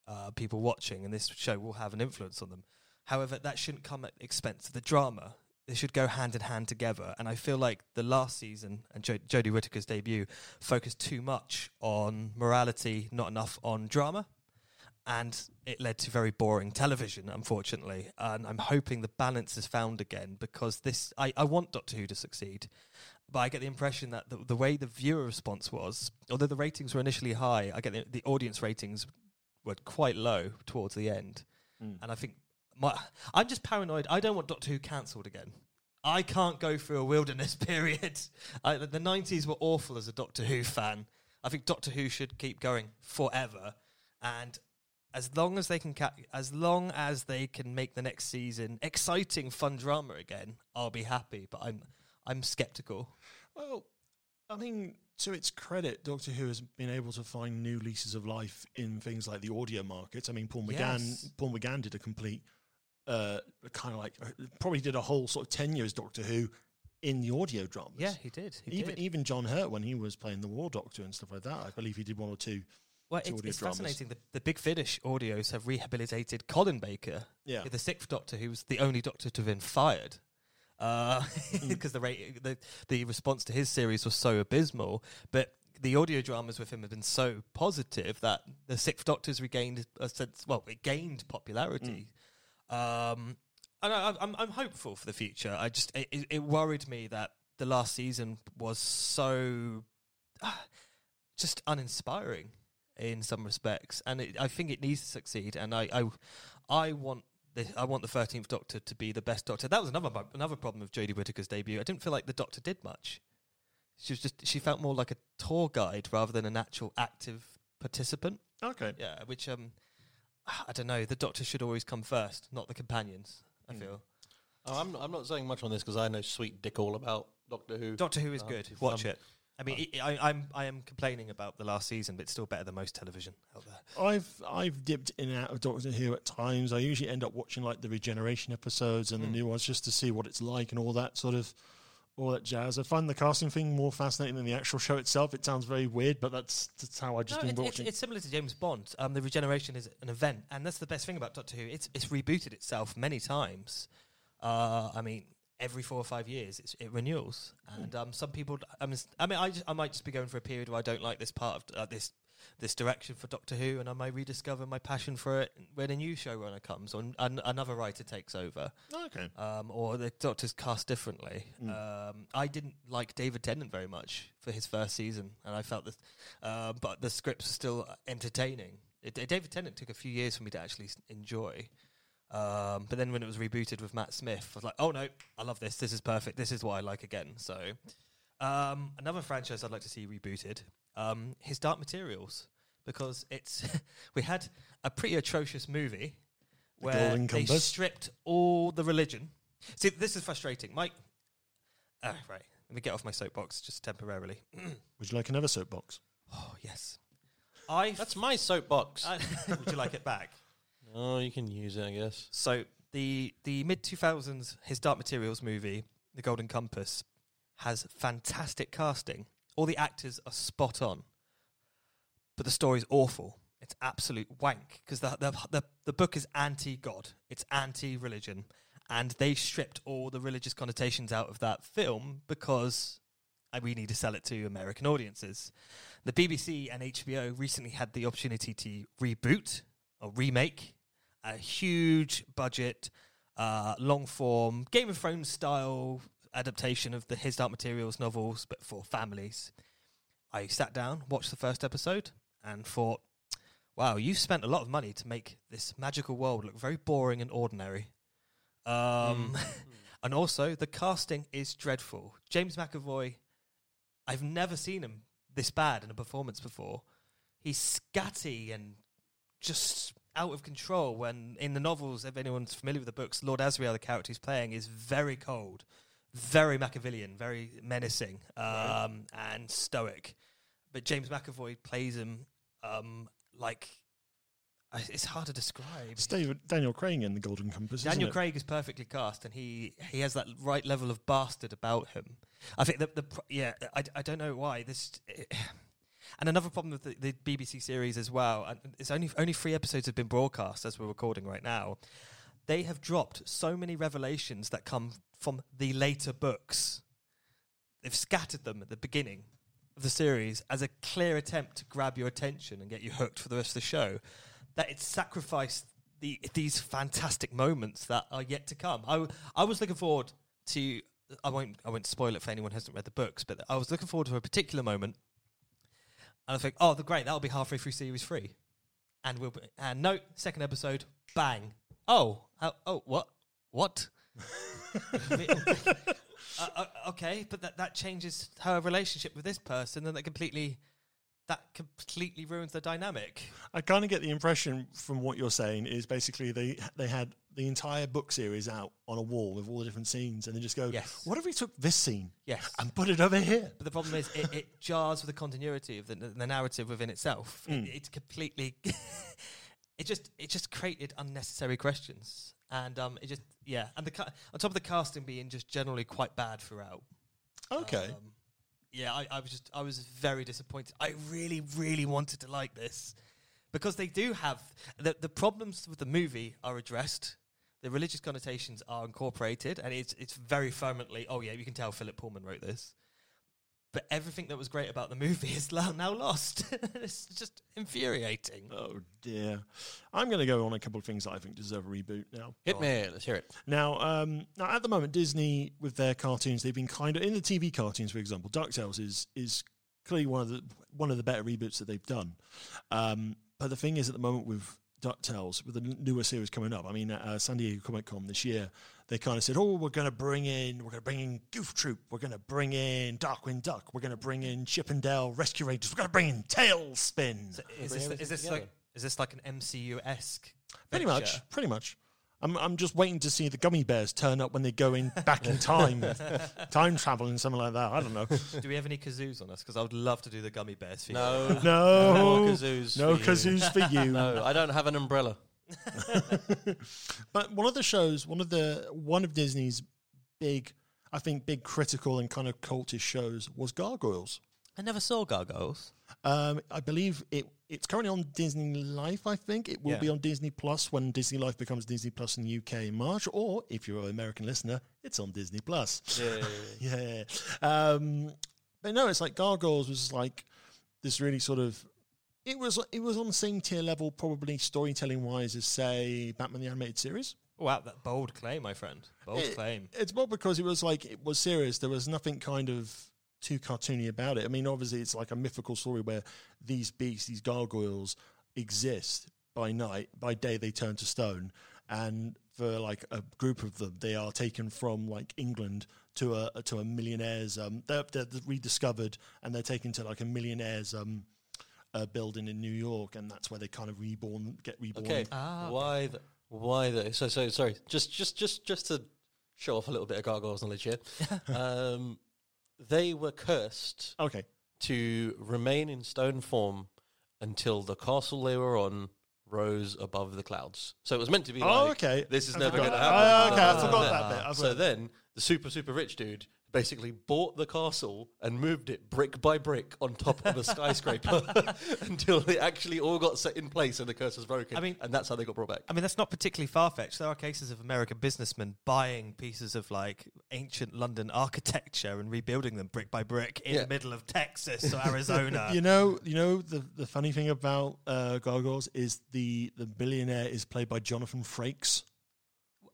uh, people watching, and this show will have an influence on them. However, that shouldn't come at the expense of the drama. They should go hand in hand together. And I feel like the last season and jo- Jodie Whittaker's debut focused too much on morality, not enough on drama and it led to very boring television, unfortunately. And I'm hoping the balance is found again because this I, I want Doctor Who to succeed, but I get the impression that the, the way the viewer response was, although the ratings were initially high, I get the, the audience ratings were quite low towards the end, and I think my I'm just paranoid. I don't want Doctor Who cancelled again. I can't go through a wilderness period. I, the 90s were awful as a Doctor Who fan. I think Doctor Who should keep going forever, and as long as they can ca- as long as they can make the next season exciting fun drama again i'll be happy but i'm i'm skeptical
Well, I mean, to its credit, Doctor Who has been able to find new leases of life in things like the audio markets. I mean, Paul McGann,
Yes.
Paul McGann did a complete, uh, kind of like probably did a whole sort of tenure as Doctor Who in the audio dramas.
he did
even even John Hurt when he was playing the War Doctor and stuff like that. I believe he did one or two.
well,
to
it's,
audio
it's
dramas.
fascinating. The, the Big Finish audios have rehabilitated Colin Baker,
Yeah.
the sixth Doctor, who was the only Doctor to have been fired, because the, rate, the the response to his series was so abysmal. But the audio dramas with him have been so positive that the sixth Doctor's regained a sense. Well, it gained popularity. Um, and I, I'm- I'm I'm hopeful for the future. I just it, it- it worried me that the last season was so just uninspiring in some respects, and it, I think it needs to succeed. And I, I, I want the I want the Thirteenth Doctor to be the best Doctor. That was another bu- another problem of Jodie Whittaker's debut. I didn't feel like the Doctor did much. She was just she felt more like a tour guide rather than an actual active participant.
Okay.
Yeah, which um, I don't know. The Doctor should always come first, not the companions. I feel
Oh, I'm, I'm not saying much on this because I know sweet dick all about Doctor Who.
Doctor Who is
Um,
good. Watch
um,
it. I mean, i I, I'm I am complaining about the last season, but it's still better than most television out there.
I've I've dipped in and out of Doctor Who at times. I usually end up watching like the regeneration episodes and the
Hmm.
new ones just to see what it's like and all that sort of all that jazz. I find the casting thing more fascinating than the actual show itself. It sounds very weird, but that's that's how I just
No,
been
it- it's,
watching.
it's similar to James Bond. Um, the regeneration is an event, and that's the best thing about Doctor Who. It's it's rebooted itself many times. Uh, I mean, every four or five years, it's, it renewals, and um, some people. I mean, I mean, I, just, I might just be going for a period where I don't like this part of uh, this this direction for Doctor Who, and I may rediscover my passion for it when a new showrunner comes or an, an, another writer takes over
okay.
um, or the Doctor's cast differently. Um, I didn't like David Tennant very much for his first season, and I felt that, uh, but the scripts were still entertaining. It, uh, David Tennant took a few years for me to actually s- enjoy. Um, but then when it was rebooted with Matt Smith, I was like, oh no, I love this. This is perfect. This is what I like again. So, um, another franchise I'd like to see rebooted um, is Dark Materials because it's we had a pretty atrocious movie where
Golden
they
Compass?
stripped all the religion. See, this is frustrating, Mike. Uh, right, let me get off my soapbox just temporarily.
Would you like another soapbox?
Oh yes, I.
That's my soapbox.
I- would you like it back?
oh, you can use it, I guess.
So the the mid two thousands his Dark Materials movie, The Golden Compass, has fantastic casting. All the actors are spot on, but the story's awful. It's absolute wank because the, the the the book is anti God. It's anti religion, and they stripped all the religious connotations out of that film because uh, we need to sell it to American audiences. The BBC and HBO recently had the opportunity to reboot or remake a huge budget uh, long form Game of Thrones style adaptation of the His Dark Materials novels, but for families. I sat down, watched the first episode, and thought, "Wow, you've spent a lot of money to make this magical world look very boring and ordinary." Um, and also, the casting is dreadful. James McAvoy, I've never seen him this bad in a performance before. He's scatty and just out of control. When in the novels, if anyone's familiar with the books, Lord Asriel, the character he's playing, is very cold, very Machiavellian, very menacing, um, and stoic. But James McAvoy plays him um, like I- it's hard to describe.
It's David, Daniel Crane in the Golden Compass. isn't
Daniel
it?
Craig is perfectly cast, and he he has that right level of bastard about him. I think the the pr- yeah, I, I don't know why this. and another problem with the, the BBC series as well, and it's only only three episodes have been broadcast as we're recording right now. They have dropped so many revelations that come from the later books. They've scattered them at the beginning of the series as a clear attempt to grab your attention and get you hooked for the rest of the show. That it's sacrificed the, these fantastic moments that are yet to come. I, w- I was looking forward to. I won't. I won't spoil it for anyone who hasn't read the books, but I was looking forward to a particular moment, and I think, oh, the great, that'll be halfway through series three, and we'll. Be, and no, second episode, bang. Oh, how, oh, what, what? uh, uh, okay, but that, that changes her relationship with this person, and that completely that completely ruins the dynamic.
I kind of get the impression from what you're saying is basically they they had the entire book series out on a wall with all the different scenes, and they just go,
Yes.
"What if we took this scene,
Yes.
and put it over here?"
But the problem is, it, it jars with the continuity of the, the narrative within itself. It, it's completely. it just it just created unnecessary questions, and um, it just yeah, and the ca- on top of the casting being just generally quite bad throughout. Oh.
Okay,
Yeah, I, I was just I was very disappointed. I really really wanted to like this because they do have the the problems with the movie are addressed. The religious connotations are incorporated, and it's it's very firmly. Oh yeah, you can tell Philip Pullman wrote this. But everything that was great about the movie is lo- now lost. it's just infuriating.
oh dear, I'm going to go on a couple of things that I think deserve a reboot now.
Hit me. Let's hear it.
Now, um, now at the moment, Disney with their cartoons, they've been kind of in the TV cartoons, for example. Ducktales is is clearly one of the one of the better reboots that they've done. Um, but the thing is, at the moment with Ducktales, with the n- newer series coming up, I mean, at, uh, San Diego Comic Con this year, they kind of said, "Oh, we're going to bring in, we're going to bring in Goof Troop, we're going to bring in Darkwing Duck, we're going to bring in Chip and Dale Rescue Rangers, we're going to bring in Tailspin."
Is this, is this like is this like an MCU esque?
Pretty much, pretty much. I'm, I'm just waiting to see the gummy bears turn up when they go in back in time, time travel and something like that. I don't know.
Do we have any kazoos on us? Because I would love to do the gummy bears. feature.
No,
No,
more kazoos
no
for you.
kazoos for you.
Oh, no, I don't have an umbrella.
But one of the shows, one of the one of Disney's big, I think, big critical and kind of cultish shows was Gargoyles.
I never saw gargoyles.
Um, I believe it. It's currently on Disney Life. I think it will
Yeah.
be on Disney Plus when Disney Life becomes Disney Plus in the UK in March. Or if you're an American listener, it's on Disney Plus. yeah. Um, but no, it's like Gargoyles was like this really sort of. It was it was on the same tier level, probably storytelling wise, as say Batman the Animated Series.
Wow, that bold claim, my friend. Bold
It-
claim.
It's more because it was like it was serious. There was nothing kind of too cartoony about it. I mean, obviously, it's like a mythical story where these beasts, these gargoyles, exist by night. By day, they turn to stone, and for like a group of them, they are taken from like England to a to a millionaire's. Um, they're, they're rediscovered and they're taken to like a millionaire's. Um, uh building in New York, and that's where they kind of reborn, get reborn.
Ah, Okay, why the why the so so sorry. Just just just just to show off a little bit of gargoyles knowledge here. um, they were cursed
okay.
to remain in stone form until the castle they were on rose above the clouds. So it was meant to be.
Oh,
like,
okay.
This is
I
never
forgot.
going to happen.
Oh, okay, I
So
forgot
then-
that bit. I
So
forgot.
then the super super rich dude basically bought the castle and moved it brick by brick on top of a skyscraper until they actually all got set in place and the curse was broken.
I mean-
and that's how they got brought back.
I mean, that's not particularly far fetched. There are cases of American businessmen buying pieces of like ancient London architecture and rebuilding them brick by brick in
Yeah.
the middle of Texas or Arizona.
You know, you know the, the funny thing about uh, Gargoyles is the the billionaire is played by Jonathan Frakes.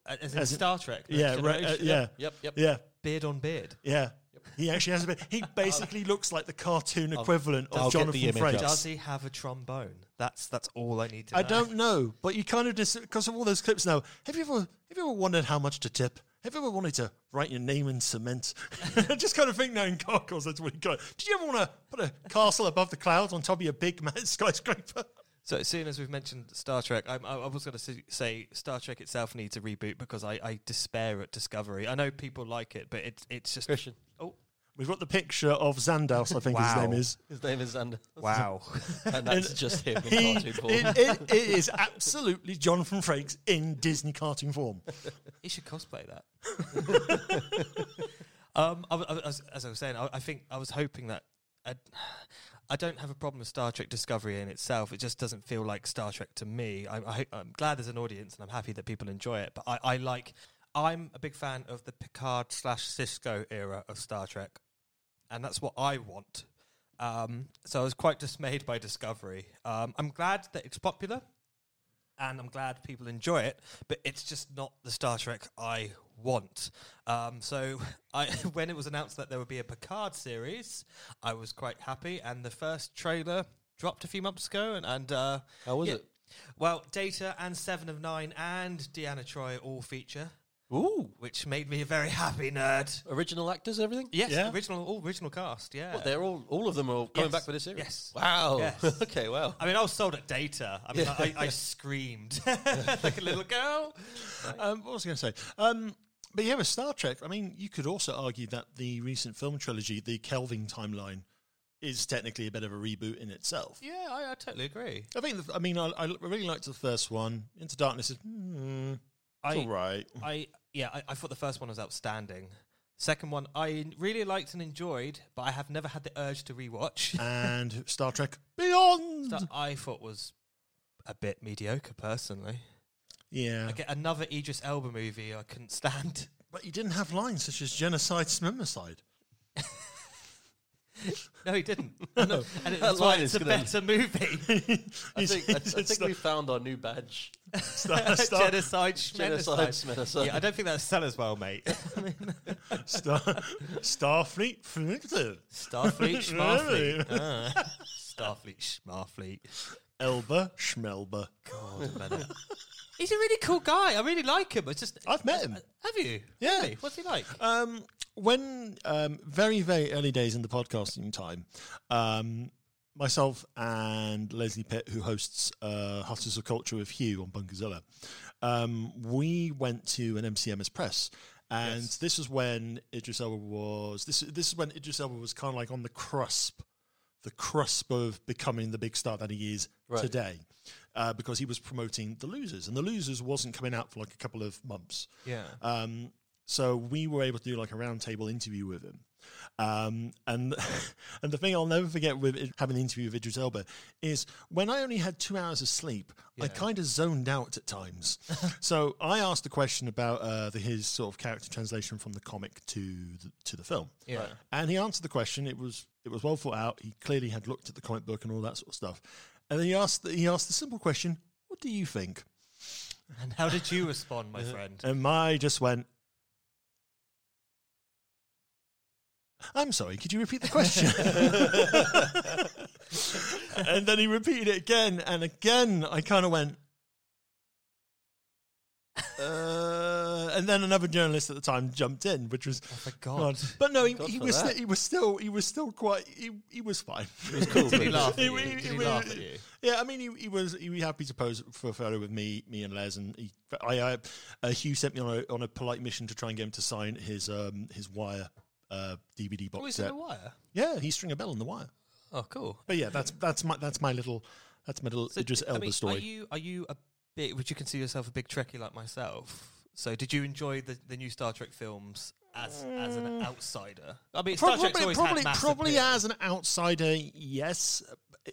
a- as in
As in-
Star Trek. the
yeah,
Next
right, uh,
Generation.
yeah,
Yep, yep.
yeah,
Beard on beard.
yeah. He actually has a bit. He basically looks like the cartoon equivalent of
I'll get the image
Jonathan Frakes.
up.
Does he have a trombone? That's that's all I need to know.
I don't know, but you kind of just because of all those clips now. Have you ever have you ever wondered how much to tip? Have you ever wanted to write your name in cement? I just kind of think now in goggles that's what you got. Did you ever want to put a castle above the clouds on top of your big man skyscraper?
So, seeing as we've mentioned Star Trek, I, I, I was going to say Star Trek itself needs a reboot because I, I despair at Discovery. I know people like it, but it's it's just
Christian.
Oh
We've got the picture of Zandos, I think his
Wow.
name is.
His name is Xander.
wow!
And that's just him
He,
in
it,
cartoon form.
it, it is absolutely Jonathan Frakes in Disney cartoon form.
he should cosplay that. um, I, wa- I, wa- as, as I was saying, I, I think I was hoping that. I'd, I don't have a problem with Star Trek Discovery in itself. It just doesn't feel like Star Trek to me. I, I, I'm glad there's an audience, and I'm happy that people enjoy it. But I, I like. I'm a big fan of the Picard slash Cisco era of Star Trek, and that's what I want. Um, so I was quite dismayed by Discovery. Um, I'm glad that it's popular and I'm glad people enjoy it, but it's just not the Star Trek I want. Um, so, I, when it was announced that there would be a Picard series, I was quite happy, and the first trailer dropped a few months ago, and, and uh,
How was it?
Well, Data and Seven of Nine and Deanna Troy all feature,
Ooh.
which made me a very happy nerd.
Original actors, everything?
Yes,
Yeah.
original, all original cast. Yeah,
What, they're all all of them are coming
Yes,
back for this series.
yes.
Wow.
Yes.
okay, wow.
I mean, I was sold at Data. I mean, I, I, I screamed like a little girl.
Um, what was I going to say? Um, but yeah, with Star Trek, I mean, you could also argue that the recent film trilogy, the Kelvin timeline, is technically a bit of a reboot in itself.
Yeah, I, I totally agree.
I think. The, I mean, I, I really liked the first one. Into Darkness is hmm, it's
I-
all right.
I yeah, I, I thought the first one was outstanding. Second one, I really liked and enjoyed, but I have never had the urge to rewatch.
and Star Trek Beyond.
that I thought was a bit mediocre, personally.
yeah,
I get another Idris Elba movie I couldn't stand.
but you didn't have lines such as genocide, smemicide.
No, he didn't. and it- that's why
line
it's
is
a
gonna-
better movie.
I think, I, I think we found our new badge.
Ah,
Star, Star,
Genocide,
Genocide,
Schmenocide.
Schmenocide.
Yeah, I don't think that sells well, mate.
Star, Starfleet Fleet,
Starfleet, Schmarfleet. Ah. Starfleet, Schmarfleet.
Elba Schmelba.
He's a really cool guy. I really like him. It's just
I've met him.
Have you?
Yeah.
Really? What's he like?
Um, when um, very very early days in the podcasting time, um, myself and Leslie Pitt, who hosts uh, Hustlers of Culture with Hugh on Bunkerzilla, um, we went to an MCMS press. And this was when Idris Elba was this. This is when Idris Elba was kind of like on the cusp, the cusp of becoming the big star that he is today, uh, because he was promoting The Losers, and The Losers wasn't coming out for like a couple of months.
yeah.
Um, so we were able to do like a roundtable interview with him. Um, and and the thing I'll never forget with it- having an interview with Idris Elba is when I only had two hours of sleep, I kind of zoned out at times. so I asked a question about uh, the, his sort of character translation from the comic to the, to the film.
Yeah.
And he answered the question. It was it was well thought out. He clearly had looked at the comic book and all that sort of stuff. And then he asked the, he asked the simple question, "What do you think?"
And how did you respond,
Uh-huh.
my friend?
And my just went, I'm sorry, could you repeat the question? and then he repeated it again and again. I kind of went, uh, and then another journalist at the time jumped in, which was
for Oh, God.
But no, he,
God
he
for
was
that.
sti- he was still he was still quite he, he was fine. It was
cool,
Did he laugh at
It-
you?
it-
Did he
it-
laugh at you?
yeah, I mean, he, he was he was happy to pose for a photo with me, me and Les, and he, I, I uh, Hugh sent me on a, on a polite mission to try and get him to sign his um his Wire uh, DVD box
Oh, he's in
set.
The Wire.
yeah, he's string a bell in the Wire.
Oh, cool.
But yeah, that's that's my that's my little that's my little Idris
I
Elba
mean,
story.
Are you, are you a bit, would you consider yourself a big Trekkie like myself? So did you enjoy the, the new Star Trek films as as an outsider? I mean, Star Trek's
Mm. probably
always
probably,
had mass
probably
appeal.
as an outsider, yes.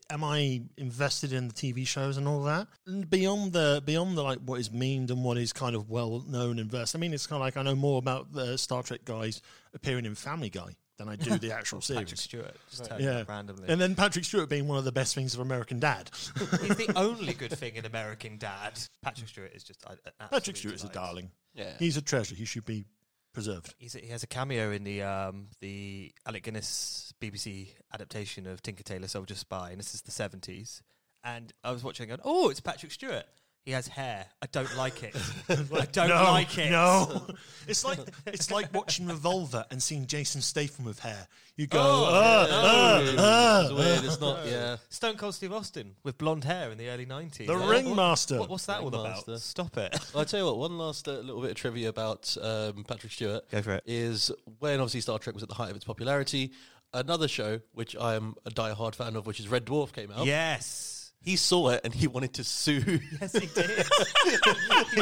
Am I invested in the TV shows and all that? And beyond the beyond the like what is memed and what is kind of well known and versed. I mean, it's kind of like I know more about the Star Trek guys appearing in Family Guy than I do the actual
Patrick
series.
Stewart just turned
Yeah,
up randomly.
and then Patrick Stewart being one of the best things of American Dad.
He's the only good thing in American Dad. Patrick Stewart is just I- an
Patrick
absolute
Stewart's a
delight.
darling.
Yeah.
He's a treasure. He should be preserved.
He's a, he has a cameo in the um, the Alec Guinness BBC adaptation of Tinker Tailor Soldier Spy, and this is the seventies. And I was watching, and oh, it's Patrick Stewart. He has hair. I don't like it. I don't
no,
like it.
No, it's like it's like watching Revolver and seeing Jason Statham with hair. You go,
Oh,
"Ah, ah,
No,
ah,
it's weird. It's not. Yeah.
Stone Cold Steve Austin with blonde hair in the early nineties.
the ringmaster.
what's that all
Ringmaster.
about? Stop it.
Well, I tell you what. One last uh, little bit of trivia about um, Patrick Stewart.
Go for it.
Is when obviously Star Trek was at the height of its popularity. Another show which I am a diehard fan of, which is Red Dwarf, came out.
Yes.
He saw it and he wanted to sue.
Yes, he did.
he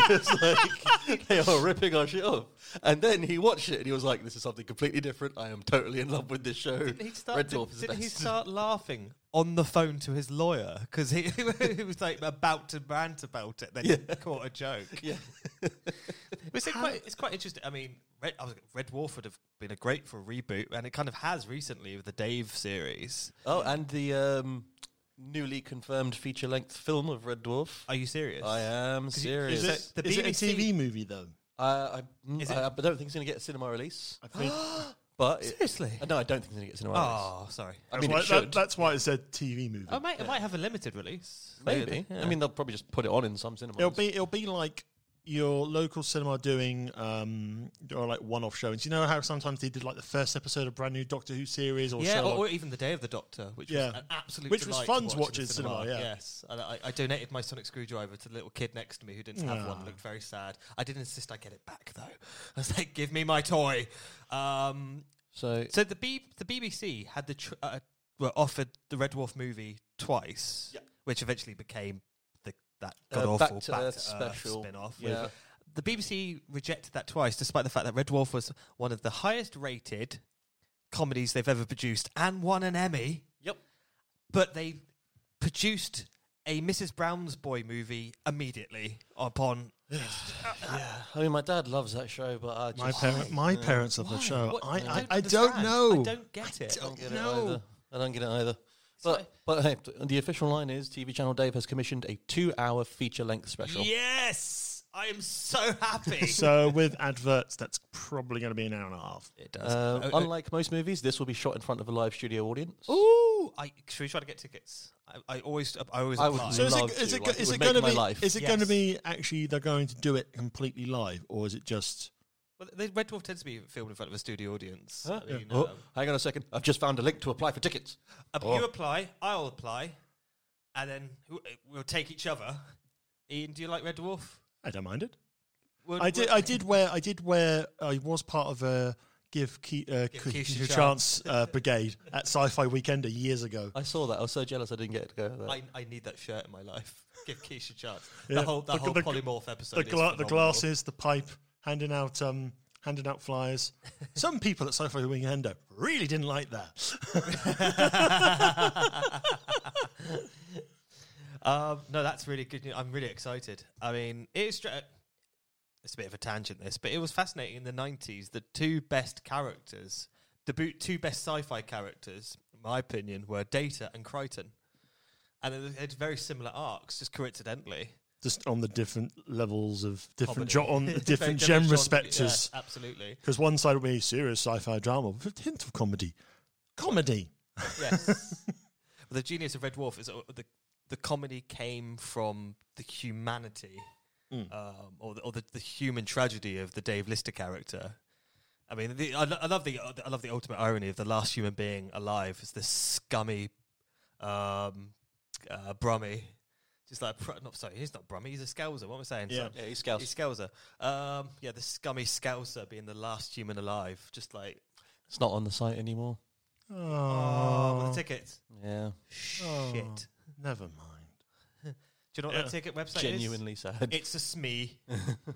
was like, they are ripping our shit off. And then he watched it and he was like, this is something completely different. I am totally in love with this show.
he start,
Red
did,
Dwarf is the
did he
best.
start laughing on the phone to his lawyer because he, he was like about to rant about it? Then he caught a joke.
Yeah.
It's quite, it's quite interesting. I mean, Red, I was, Red Dwarf would have been a great for a reboot, and it kind of has recently with the Dave series.
Oh, and the um, newly confirmed feature length film of Red Dwarf.
Are you serious?
I am serious.
Is it,
The
is it a
BBC
TV movie though?
Uh, I, mm,
Is it-
I, I don't think it's going to get a cinema release.
I think
But it-
Seriously?
Uh, no, I don't think it's going to get a cinema release.
Oh, sorry.
I
that's,
mean,
why,
it
that-
should.
that's why it said TV movie.
I might, it might have a limited release.
Maybe. I mean, they'll probably just put it on in some cinemas.
It'll be it'll be like your local cinema doing um or like one off showings. You know how sometimes they did like the first episode of brand new Doctor Who series or
yeah,
Sherlock.
or, or even the Day of the Doctor, which was
Yeah.
an absolute
Which was
delight
fun
to
to
watch,
watch
in
in cinema, yeah.
Yes, and I, I donated my sonic screwdriver to the little kid next to me who didn't have one. Looked very sad. I did insist I get it back though. I was like, "Give me my toy." Um,
So,
so the B, the BBC had the tr- uh, were offered the Red Dwarf movie twice, which eventually became the that
Uh,
god awful
Back
back
to
to,
Earth
Earth
special.
spin off.
Yeah.
The BBC rejected that twice, despite the fact that Red Dwarf was one of the highest rated comedies they've ever produced and won an Emmy.
yep.
But they produced a Mrs. Brown's Boy movie immediately upon.
I mean, my dad loves that show, but I just.
my parent, my parents love the show.
What-
I, I,
don't
I don't
understand.
know.
I don't get it.
I don't get
No.
it either. I don't get it either. But, but hey, t- the official line is TV channel Dave has commissioned a two-hour feature-length special.
Yes, I am so happy.
so with adverts, that's probably going to be an hour and a half.
it does. Oh,
Uh, unlike most movies, this will be shot in front of a live studio audience.
Ooh, I, should we try to get tickets? I, I always, I always
I would
apply.
So is
Love
it, is
to,
it,
like,
go-
it
is
would
it
make
going to
my
be
life.
is it going to
Yes.
be actually they're going to do it completely live or is it just
Well, the Red Dwarf tends to be filmed in front of a studio audience. I mean,
Oh,
um,
hang on a second. I've just found a link to apply for tickets.
uh,
Oh.
You apply, I'll apply, and then who- we'll take each other. Ian, do you like Red Dwarf?
I don't mind it.
Would-
I did
would-
I did wear I did wear I was part of a give Ke- uh,
Give
Ke-
Keisha
Keisha
a
Chance uh, brigade at Sci-Fi Weekender years ago.
I saw that. I was so jealous I didn't get to go. there.
I, I need that shirt in my life. Give Keisha a chance.
Yeah.
The whole, that
The-
whole
the-
polymorph episode.
the,
is
gla- the
phenomenal.
glasses, the pipe, handing out um, handing out flyers. Some people at Sci-Fi Weekender really didn't like that.
Um, no, that's really good. news. I'm really excited. I mean, it's dra- it's a bit of a tangent this, but it was fascinating in the 90s. The two best characters, the bo- two best sci-fi characters, in my opinion, were Data and Crichton, and they they had very similar arcs, just coincidentally.
Just on the different levels of different
Comedy.
jo- on the
Very
different gem
genre-
respectors.
yeah, absolutely.
Because one side would be serious sci-fi drama with a hint of comedy. Comedy.
Yes. the genius of Red Dwarf is uh, the the comedy came from the humanity,
Hmm.
um, or the, or the, the human tragedy of the Dave Lister character. I mean, the, I, lo- I love the uh, I love the ultimate irony of the last human being alive is this scummy, um, uh, Brummy, just like Pr- not sorry, he's not Brummy, he's a Scouser. What am I saying?
Yeah.
Sorry.
yeah, he's scouts.
He's Scouser. Um, yeah, the scummy Scouser being the last human alive, just like
It's not on the site anymore.
oh, with the tickets.
Yeah,
Oh.
Shit.
Never mind.
Do you know what that ticket website
genuinely sad.
is? It's a SME. it's,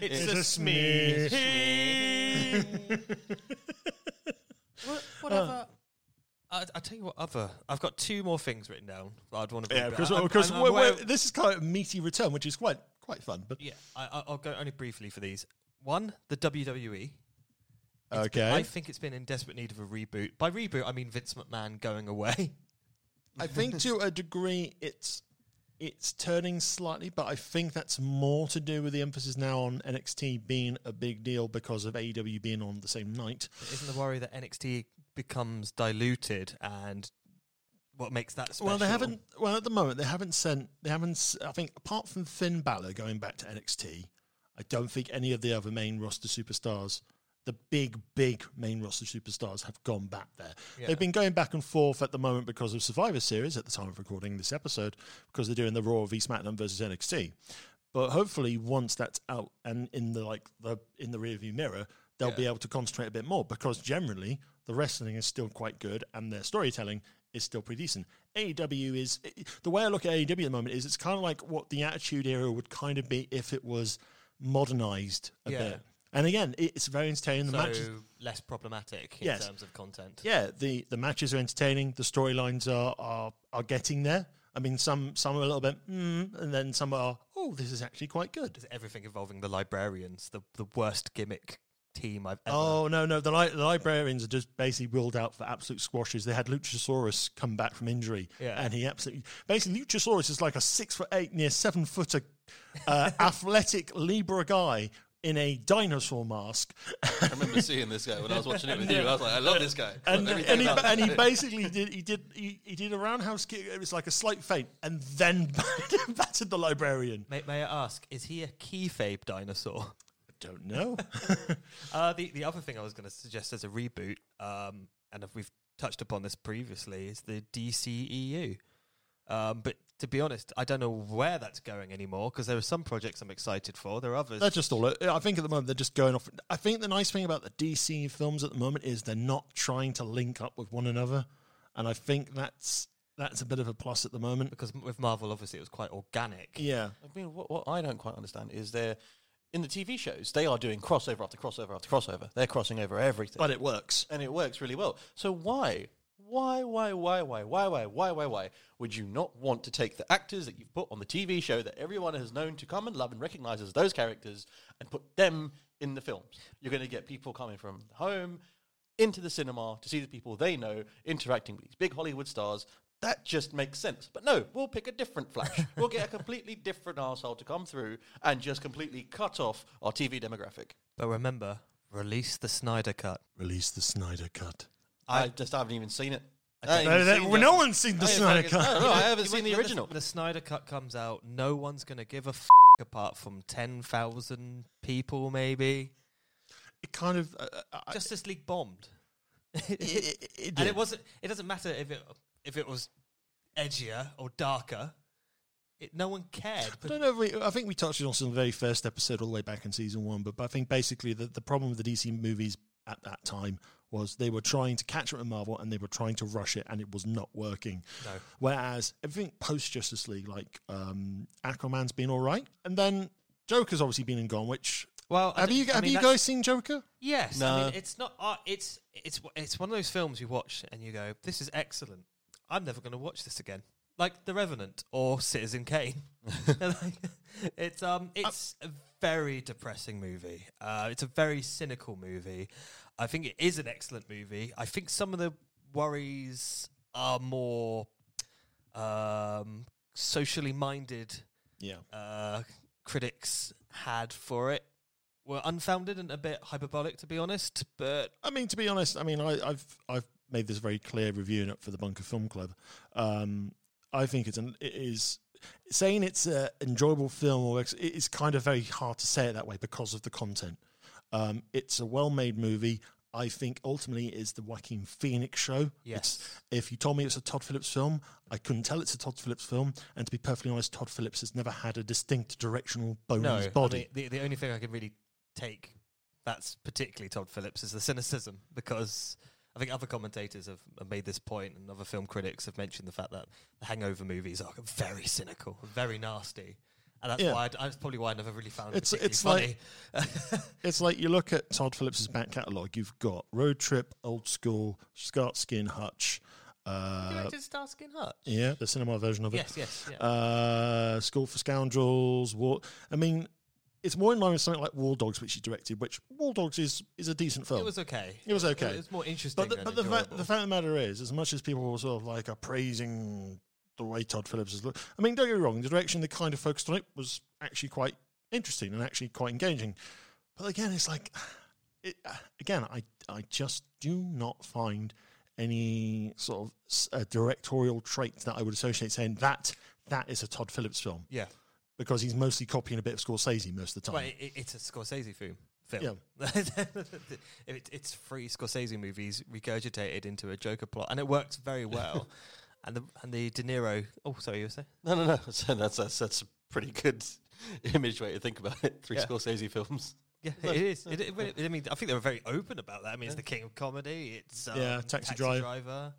It's a
a, E. SME. what, what other? I, I tell you what other. I've got two more things written down. that I'd want to.
Yeah, because because we're- we're- this is kind of a meaty return, which is quite quite fun. But
yeah, I, I- I'll go only briefly for these. One, the WWE.
okay,
I think it's been in desperate need of a reboot. By reboot, I mean Vince McMahon going away.
I think to a degree it's it's turning slightly, but I think that's more to do with the emphasis now on NXT being a big deal because of AEW being on the same night.
Isn't the worry that NXT becomes diluted and what makes that special?
Well, they haven't. Well, at the moment, they haven't sent. They haven't. s- I think apart from Finn Balor going back to NXT, I don't think any of the other main roster superstars, the big, big main roster superstars, have gone back there. They've been going back and forth at the moment because of Survivor Series at the time of recording this episode, because they're doing the Raw v SmackDown versus NXT. But hopefully, once that's out and in the like the in the rearview mirror, they'll be able to concentrate a bit more because generally the wrestling is still quite good and their storytelling is still pretty decent. AEW is i- the way I look at AEW at the moment is it's kind of like what the Attitude Era would kind of be if it was modernized a
Yeah.
bit. And again, i- it's very entertaining. The
so
matches,
less problematic in
Yes.
terms of content.
yeah, the the matches are entertaining. The storylines are are are getting there. I mean, some some are a little bit, mm, and then some are, oh, this is actually quite good.
Is everything involving the librarians the the worst gimmick team I've ever?
Oh no, no, the, li- the librarians are just basically ruled out for absolute squashes. They had Luchasaurus come back from injury,
Yeah.
and he absolutely basically Luchasaurus is like a six foot eight, near seven footer, uh, athletic Libra guy in a dinosaur mask,
I remember seeing this guy when I was watching it with you. I was like, I love this guy.
and,
Everything
and, he,
about
and he
it.
basically did he did he, he did a roundhouse kick. It was like a slight feint, and then battered the librarian.
May, may I ask, is he a keyfabe dinosaur?
Don't know.
Uh, the the other thing I was going to suggest as a reboot, um, and if we've touched upon this previously, is the DCEU. Um, but to be honest, I don't know where that's going anymore because there are some projects I'm excited for. There are others.
They're just all. I think at the moment they're just going off. I think the nice thing about the DC films at the moment is they're not trying to link up with one another, and I think that's that's a bit of a plus at the moment.
because with Marvel, obviously, it was quite organic.
Yeah,
I mean, what, what I don't quite understand is they're in the TV shows. They are doing crossover after crossover after crossover. They're crossing over everything,
but it works.
and it works really well. So why, why, why, why, why, why, why, why, why, why would you not want to take the actors that you've put on the TV show that everyone has known to come and love and recognize as those characters and put them in the films? You're going to get people coming from home into the cinema to see the people they know interacting with these big Hollywood stars. That just makes sense. But no, we'll pick a different Flash. we'll get a completely different arsehole to come through and just completely cut off our TV demographic.
But remember, release the Snyder cut.
Release the Snyder cut.
I, just haven't even seen it. I haven't
No,
even
that-
seen
well,
the-
no one's seen the
I ain't
Snyder
fucking-
cut.
No, no, I haven't seen the
When
original.
The Snyder cut comes out. No one's going to give a f- apart from ten thousand people, maybe.
It kind of. Uh, uh, I-
Justice League bombed.
it, it, it
and
did.
it wasn't. It doesn't matter if it if it was edgier or darker. It, no one cared.
I
But
don't know. If we, I think we touched on this in the very first episode, all the way back in season one. But, but I think basically the, the problem with the DC movies at that time was they were trying to catch up with Marvel and they were trying to rush it, and it was not working. No. Whereas everything post Justice League, like um, Aquaman's been all right, and then Joker's obviously been and gone. Which
Well, I
have
d-
you
I
have
mean,
you
that's-
guys seen Joker?
yes, I
No.
mean, it's not. Uh, it's it's it's one of those films you watch and you go, "This is excellent." I'm never going to watch this again. Like The Revenant or Citizen Kane. it's um, it's a very depressing movie. Uh, it's a very cynical movie. I think it is an excellent movie. I think some of the worries are more um, socially minded
Yeah.
uh, critics had for it were unfounded and a bit hyperbolic, to be honest. But
I mean, to be honest, I mean, I, I've I've made this very clear reviewing it for the Bunker Film Club. Um, I think it's an it is saying it's an enjoyable film or ex- it is kind of very hard to say it that way because of the content. Um, it's a well-made movie. I think ultimately it is the Joaquin Phoenix show.
Yes.
It's- if you told me it's a Todd Phillips film, I couldn't tell it's a Todd Phillips film. And to be perfectly honest, Todd Phillips has never had a distinct directional bone in his Mm, body.
the, the only thing I can really take that's particularly Todd Phillips is the cynicism because I think other commentators have, have made this point and other film critics have mentioned the fact that the Hangover movies are very cynical, very nasty. And that's
Yeah.
why I, d- that's probably why I never really found
It's-
it particularly
it's like-
funny.
It's like you look at Todd Phillips's back catalogue. You've got Road Trip, Old School, Scott Skin Hutch.
Do you
Uh,
like to star skin hut?
yeah, the cinema version of it.
Yes, yes, yeah.
Uh, School for Scoundrels. War. I mean, it's more in line with something like War Dogs, which he directed. Which War Dogs is is a decent film.
it was okay.
it was okay.
It was more interesting.
But the,
than
but the, fact,
enjoyable.
the fact of the matter is, as much as people were sort of like appraising the way Todd Phillips has looked. I mean, don't get me wrong, the direction they kind of focused on it was actually quite interesting and actually quite engaging. But again, it's like, it, again, I, I just do not find any sort of s- uh, directorial trait that I would associate saying that that is a Todd Phillips film
Yeah.
because he's mostly copying a bit of Scorsese most of the time.
Well, it, it- it's a Scorsese film. Film. it, it's three Scorsese movies regurgitated into a Joker plot, and it works very well. and the and the De Niro. Oh, sorry, you were saying?
No, no, no. So that's that's that's a pretty good image way to think about it. Three
Yeah.
Scorsese films.
Yeah, it is. It, it, but it- I mean, I think they were very open about that. I mean, it's the king of comedy. It's um,
Yeah, Taxi Driver.
driver.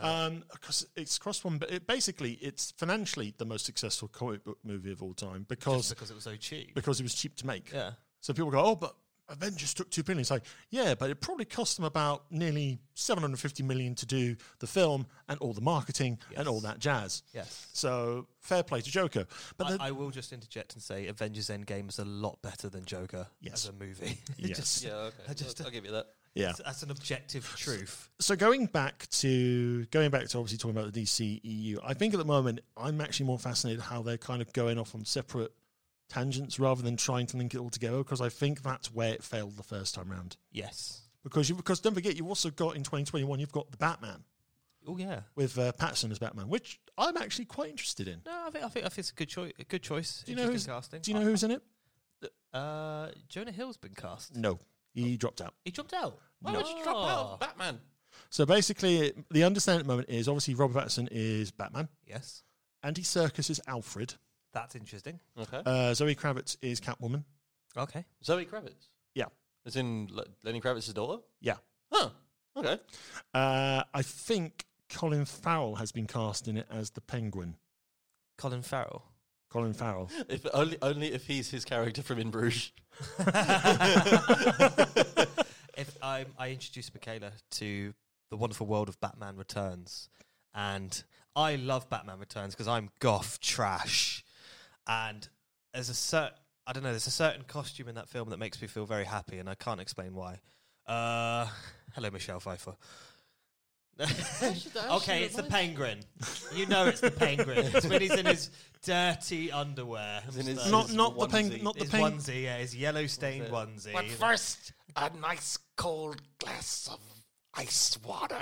Um, 'cause it's crossed one, but it basically it's financially the most successful comic book movie of all time because
Just because it was so cheap.
because it was cheap to make.
yeah.
So people go, oh, but Avengers took two billion. It's like, yeah, but it probably cost them about nearly seven hundred fifty million to do the film and all the marketing and all that jazz.
Yes.
So fair play to Joker, but the-
I, I will just interject and say Avengers Endgame is a lot better than Joker
Yes.
as a movie.
yes,
Yeah, okay. I
just-
I'll give you that.
yeah.
That's- That's an objective truth.
so going back to going back to obviously talking about the DC EU, I think at the moment I'm actually more fascinated how they're kind of going off on separate tangents rather than trying to link it all together because I think that's where it failed the first time round.
Yes.
Because you because don't forget you've also got in 2021 you've got the Batman
Oh yeah.
with uh, Patterson as Batman, which I'm actually quite interested in.
No, I think I think, I think it's a good choice. A good choice.
Do you know
Interesting
who's
casting?
Do you know who's in it?
Uh, Jonah Hill's been cast.
No, he dropped out.
He dropped out. Why
Oh,
No.
would you drop out?
Oh.
of Bat-
Batman.
So basically, it- the understanding at the moment is obviously Robert Patterson is Batman,
Yes,
Andy Serkis is Alfred,
that's interesting.
Okay.
uh, Zoe Kravitz is Catwoman.
Okay,
Zoe Kravitz.
Yeah,
As in Le- Lenny Kravitz's daughter?
yeah.
Huh. Okay.
Uh, I think Colin Farrell has been cast in it as the Penguin.
Colin Farrell.
Colin Farrell.
If only only if he's his character from In Bruges.
If I, I introduced Michaela to the wonderful world of Batman Returns, and I love Batman Returns because I'm goth trash, and there's a certain I don't know there's a certain costume in that film that makes me feel very happy, and I can't explain why. Uh, hello, Michelle Pfeiffer. okay, it's the penguin. You know it's the penguin. it's when he's in his dirty underwear.
in his-
Not
His
not the peng-
onesie.
not the
his
penguin.
onesie, yeah, his yellow stained onesie.
First, a nice cold glass of ice water.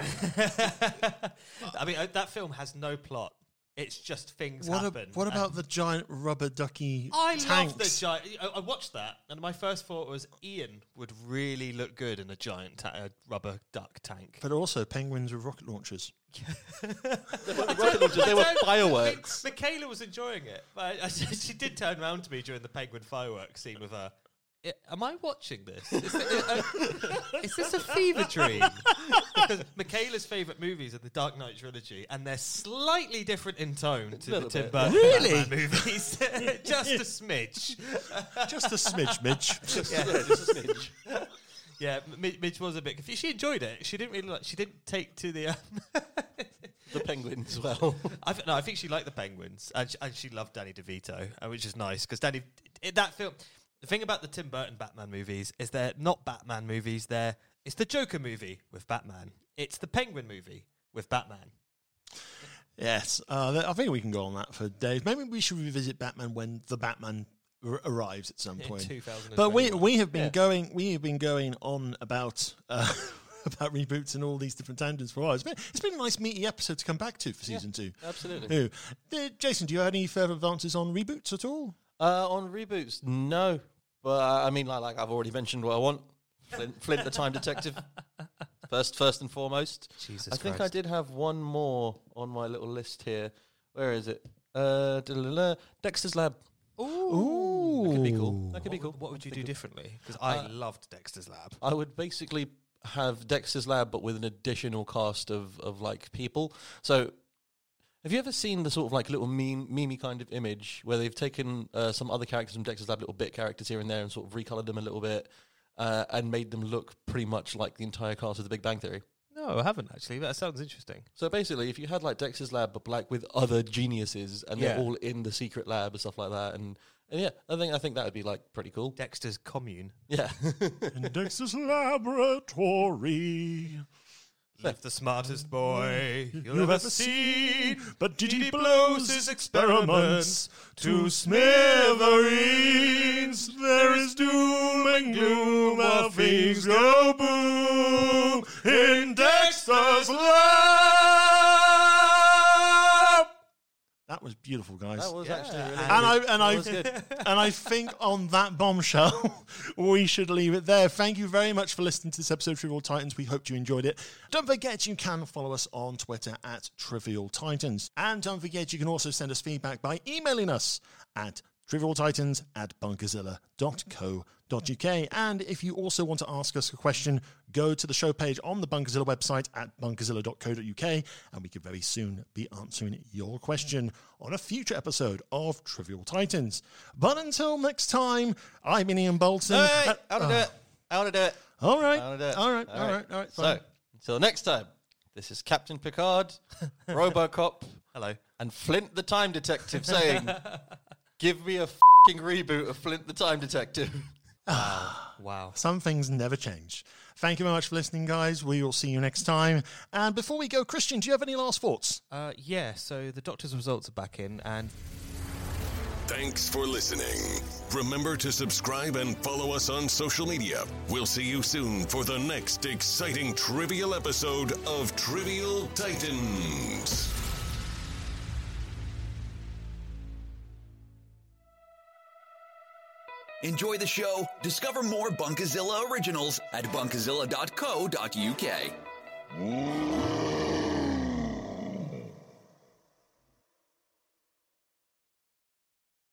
I mean, uh, that film has no plot. It's just things
What,
happen.
a, what
And
about the giant rubber ducky
I
tanks?
love the giant. I, I watched that, and my first thought was Ian would really look good in a giant ta- uh, rubber duck tank.
but also penguins with rocket launchers.
Rocket launchers, they were
I don't-
fireworks.
Mi- Michaela was enjoying it, but I, I- she did turn round to me during the penguin fireworks scene with her. "I- Am I watching this? Is, it- uh, is this a fever dream? Because Michaela's favourite movies are the Dark Knight trilogy, and they're slightly different in tone to the
Little
Tim
bit.
Burton
Really?
Batman movies. Just a smidge.
Just a smidge, Midge.
Yeah, just a snitch.
Yeah, M- Mi- Midge was a bit confused. She enjoyed it. She didn't really like. She didn't take to the. Um,
The penguin as well.
I th- no, I think she liked the Penguins, and she, and she loved Danny DeVito, uh, which is nice because Danny in that film. The thing about the Tim Burton Batman movies is they're not Batman movies. They're it's the Joker movie with Batman. It's the Penguin movie with Batman.
Yes, uh, th- I think we can go on that for days. Maybe we should revisit Batman when the Batman r- arrives at some point.
2021.
But we we have been going we have been going on about uh, about reboots and all these different tangents for a while. It's been, it's been a nice meaty episode to come back to for season two.
Absolutely.
Ooh. Uh, Jason, do you have any further advances on reboots at all?
Uh, on reboots, no. But uh, I mean, like, like I've already mentioned what I want. Flint, Flint the Time Detective. First, first and foremost.
Jesus
I think I
Christ.
did have one more on my little list here. Where is it? Uh, da-la-la. Dexter's Lab. Ooh, that could be cool. That could be
What,
cool.
would- what would Uh, you do differently? Because I loved Dexter's Lab.
I would basically have Dexter's Lab, but with an additional cast of of like people. So, have you ever seen the sort of like little meme, memey kind of image where they've taken uh, some other characters from Dexter's Lab, little bit characters here and there, and sort of recolored them a little bit uh, and made them look pretty much like the entire cast of The Big Bang Theory?
No, I haven't actually. That sounds interesting.
So basically, if you had like Dexter's Lab, but like with other geniuses, and
Yeah.
they're all in the secret lab and stuff like that, and and yeah, I think I think that would be like pretty cool.
Dexter's Commune.
Yeah.
In Dexter's laboratory.
Left the smartest boy you'll
You've
ever
ever
see.
seen, but did he blows his experiments to smithereens? There is doom and gloom, our things go boom in Dexter's lab. That was beautiful, guys.
That was actually really
and I
good.
and
was
I
good.
and I think on that bombshell, we should leave it there. Thank you very much for listening to this episode of Trivial Titans. We hoped you enjoyed it. Don't forget you can follow us on Twitter at Trivial Titans, and don't forget you can also send us feedback by emailing us at trivialtitans at bunkerzilla.co.uk. And if you also want to ask us a question, go to the show page on the Bunkerzilla website at bunkerzilla.co.uk, and we could very soon be answering your question on a future episode of Trivial Titans. But until next time, I'm Ian Bolton.
Hey,
Uh,
I want to do it. I want to do it.
all right,
I
all
want to
right,
do it.
all right, all right, all right.
So, until next time, this is Captain Picard, Robocop,
Hello.
and Flint the Time Detective saying, "Give me a fing reboot of Flint the Time Detective."
Wow.
Some things never change. Thank you very much for listening, guys. We will see you next time. And before we go, Christian, do you have any last thoughts?
Uh, yeah, so the doctor's results are back in, and
Thanks for listening. Remember to subscribe and follow us on social media. We'll see you soon for the next exciting trivial episode of Trivial Titans.
Enjoy the show. Discover more Bunkazilla originals at bunkazilla.co.uk.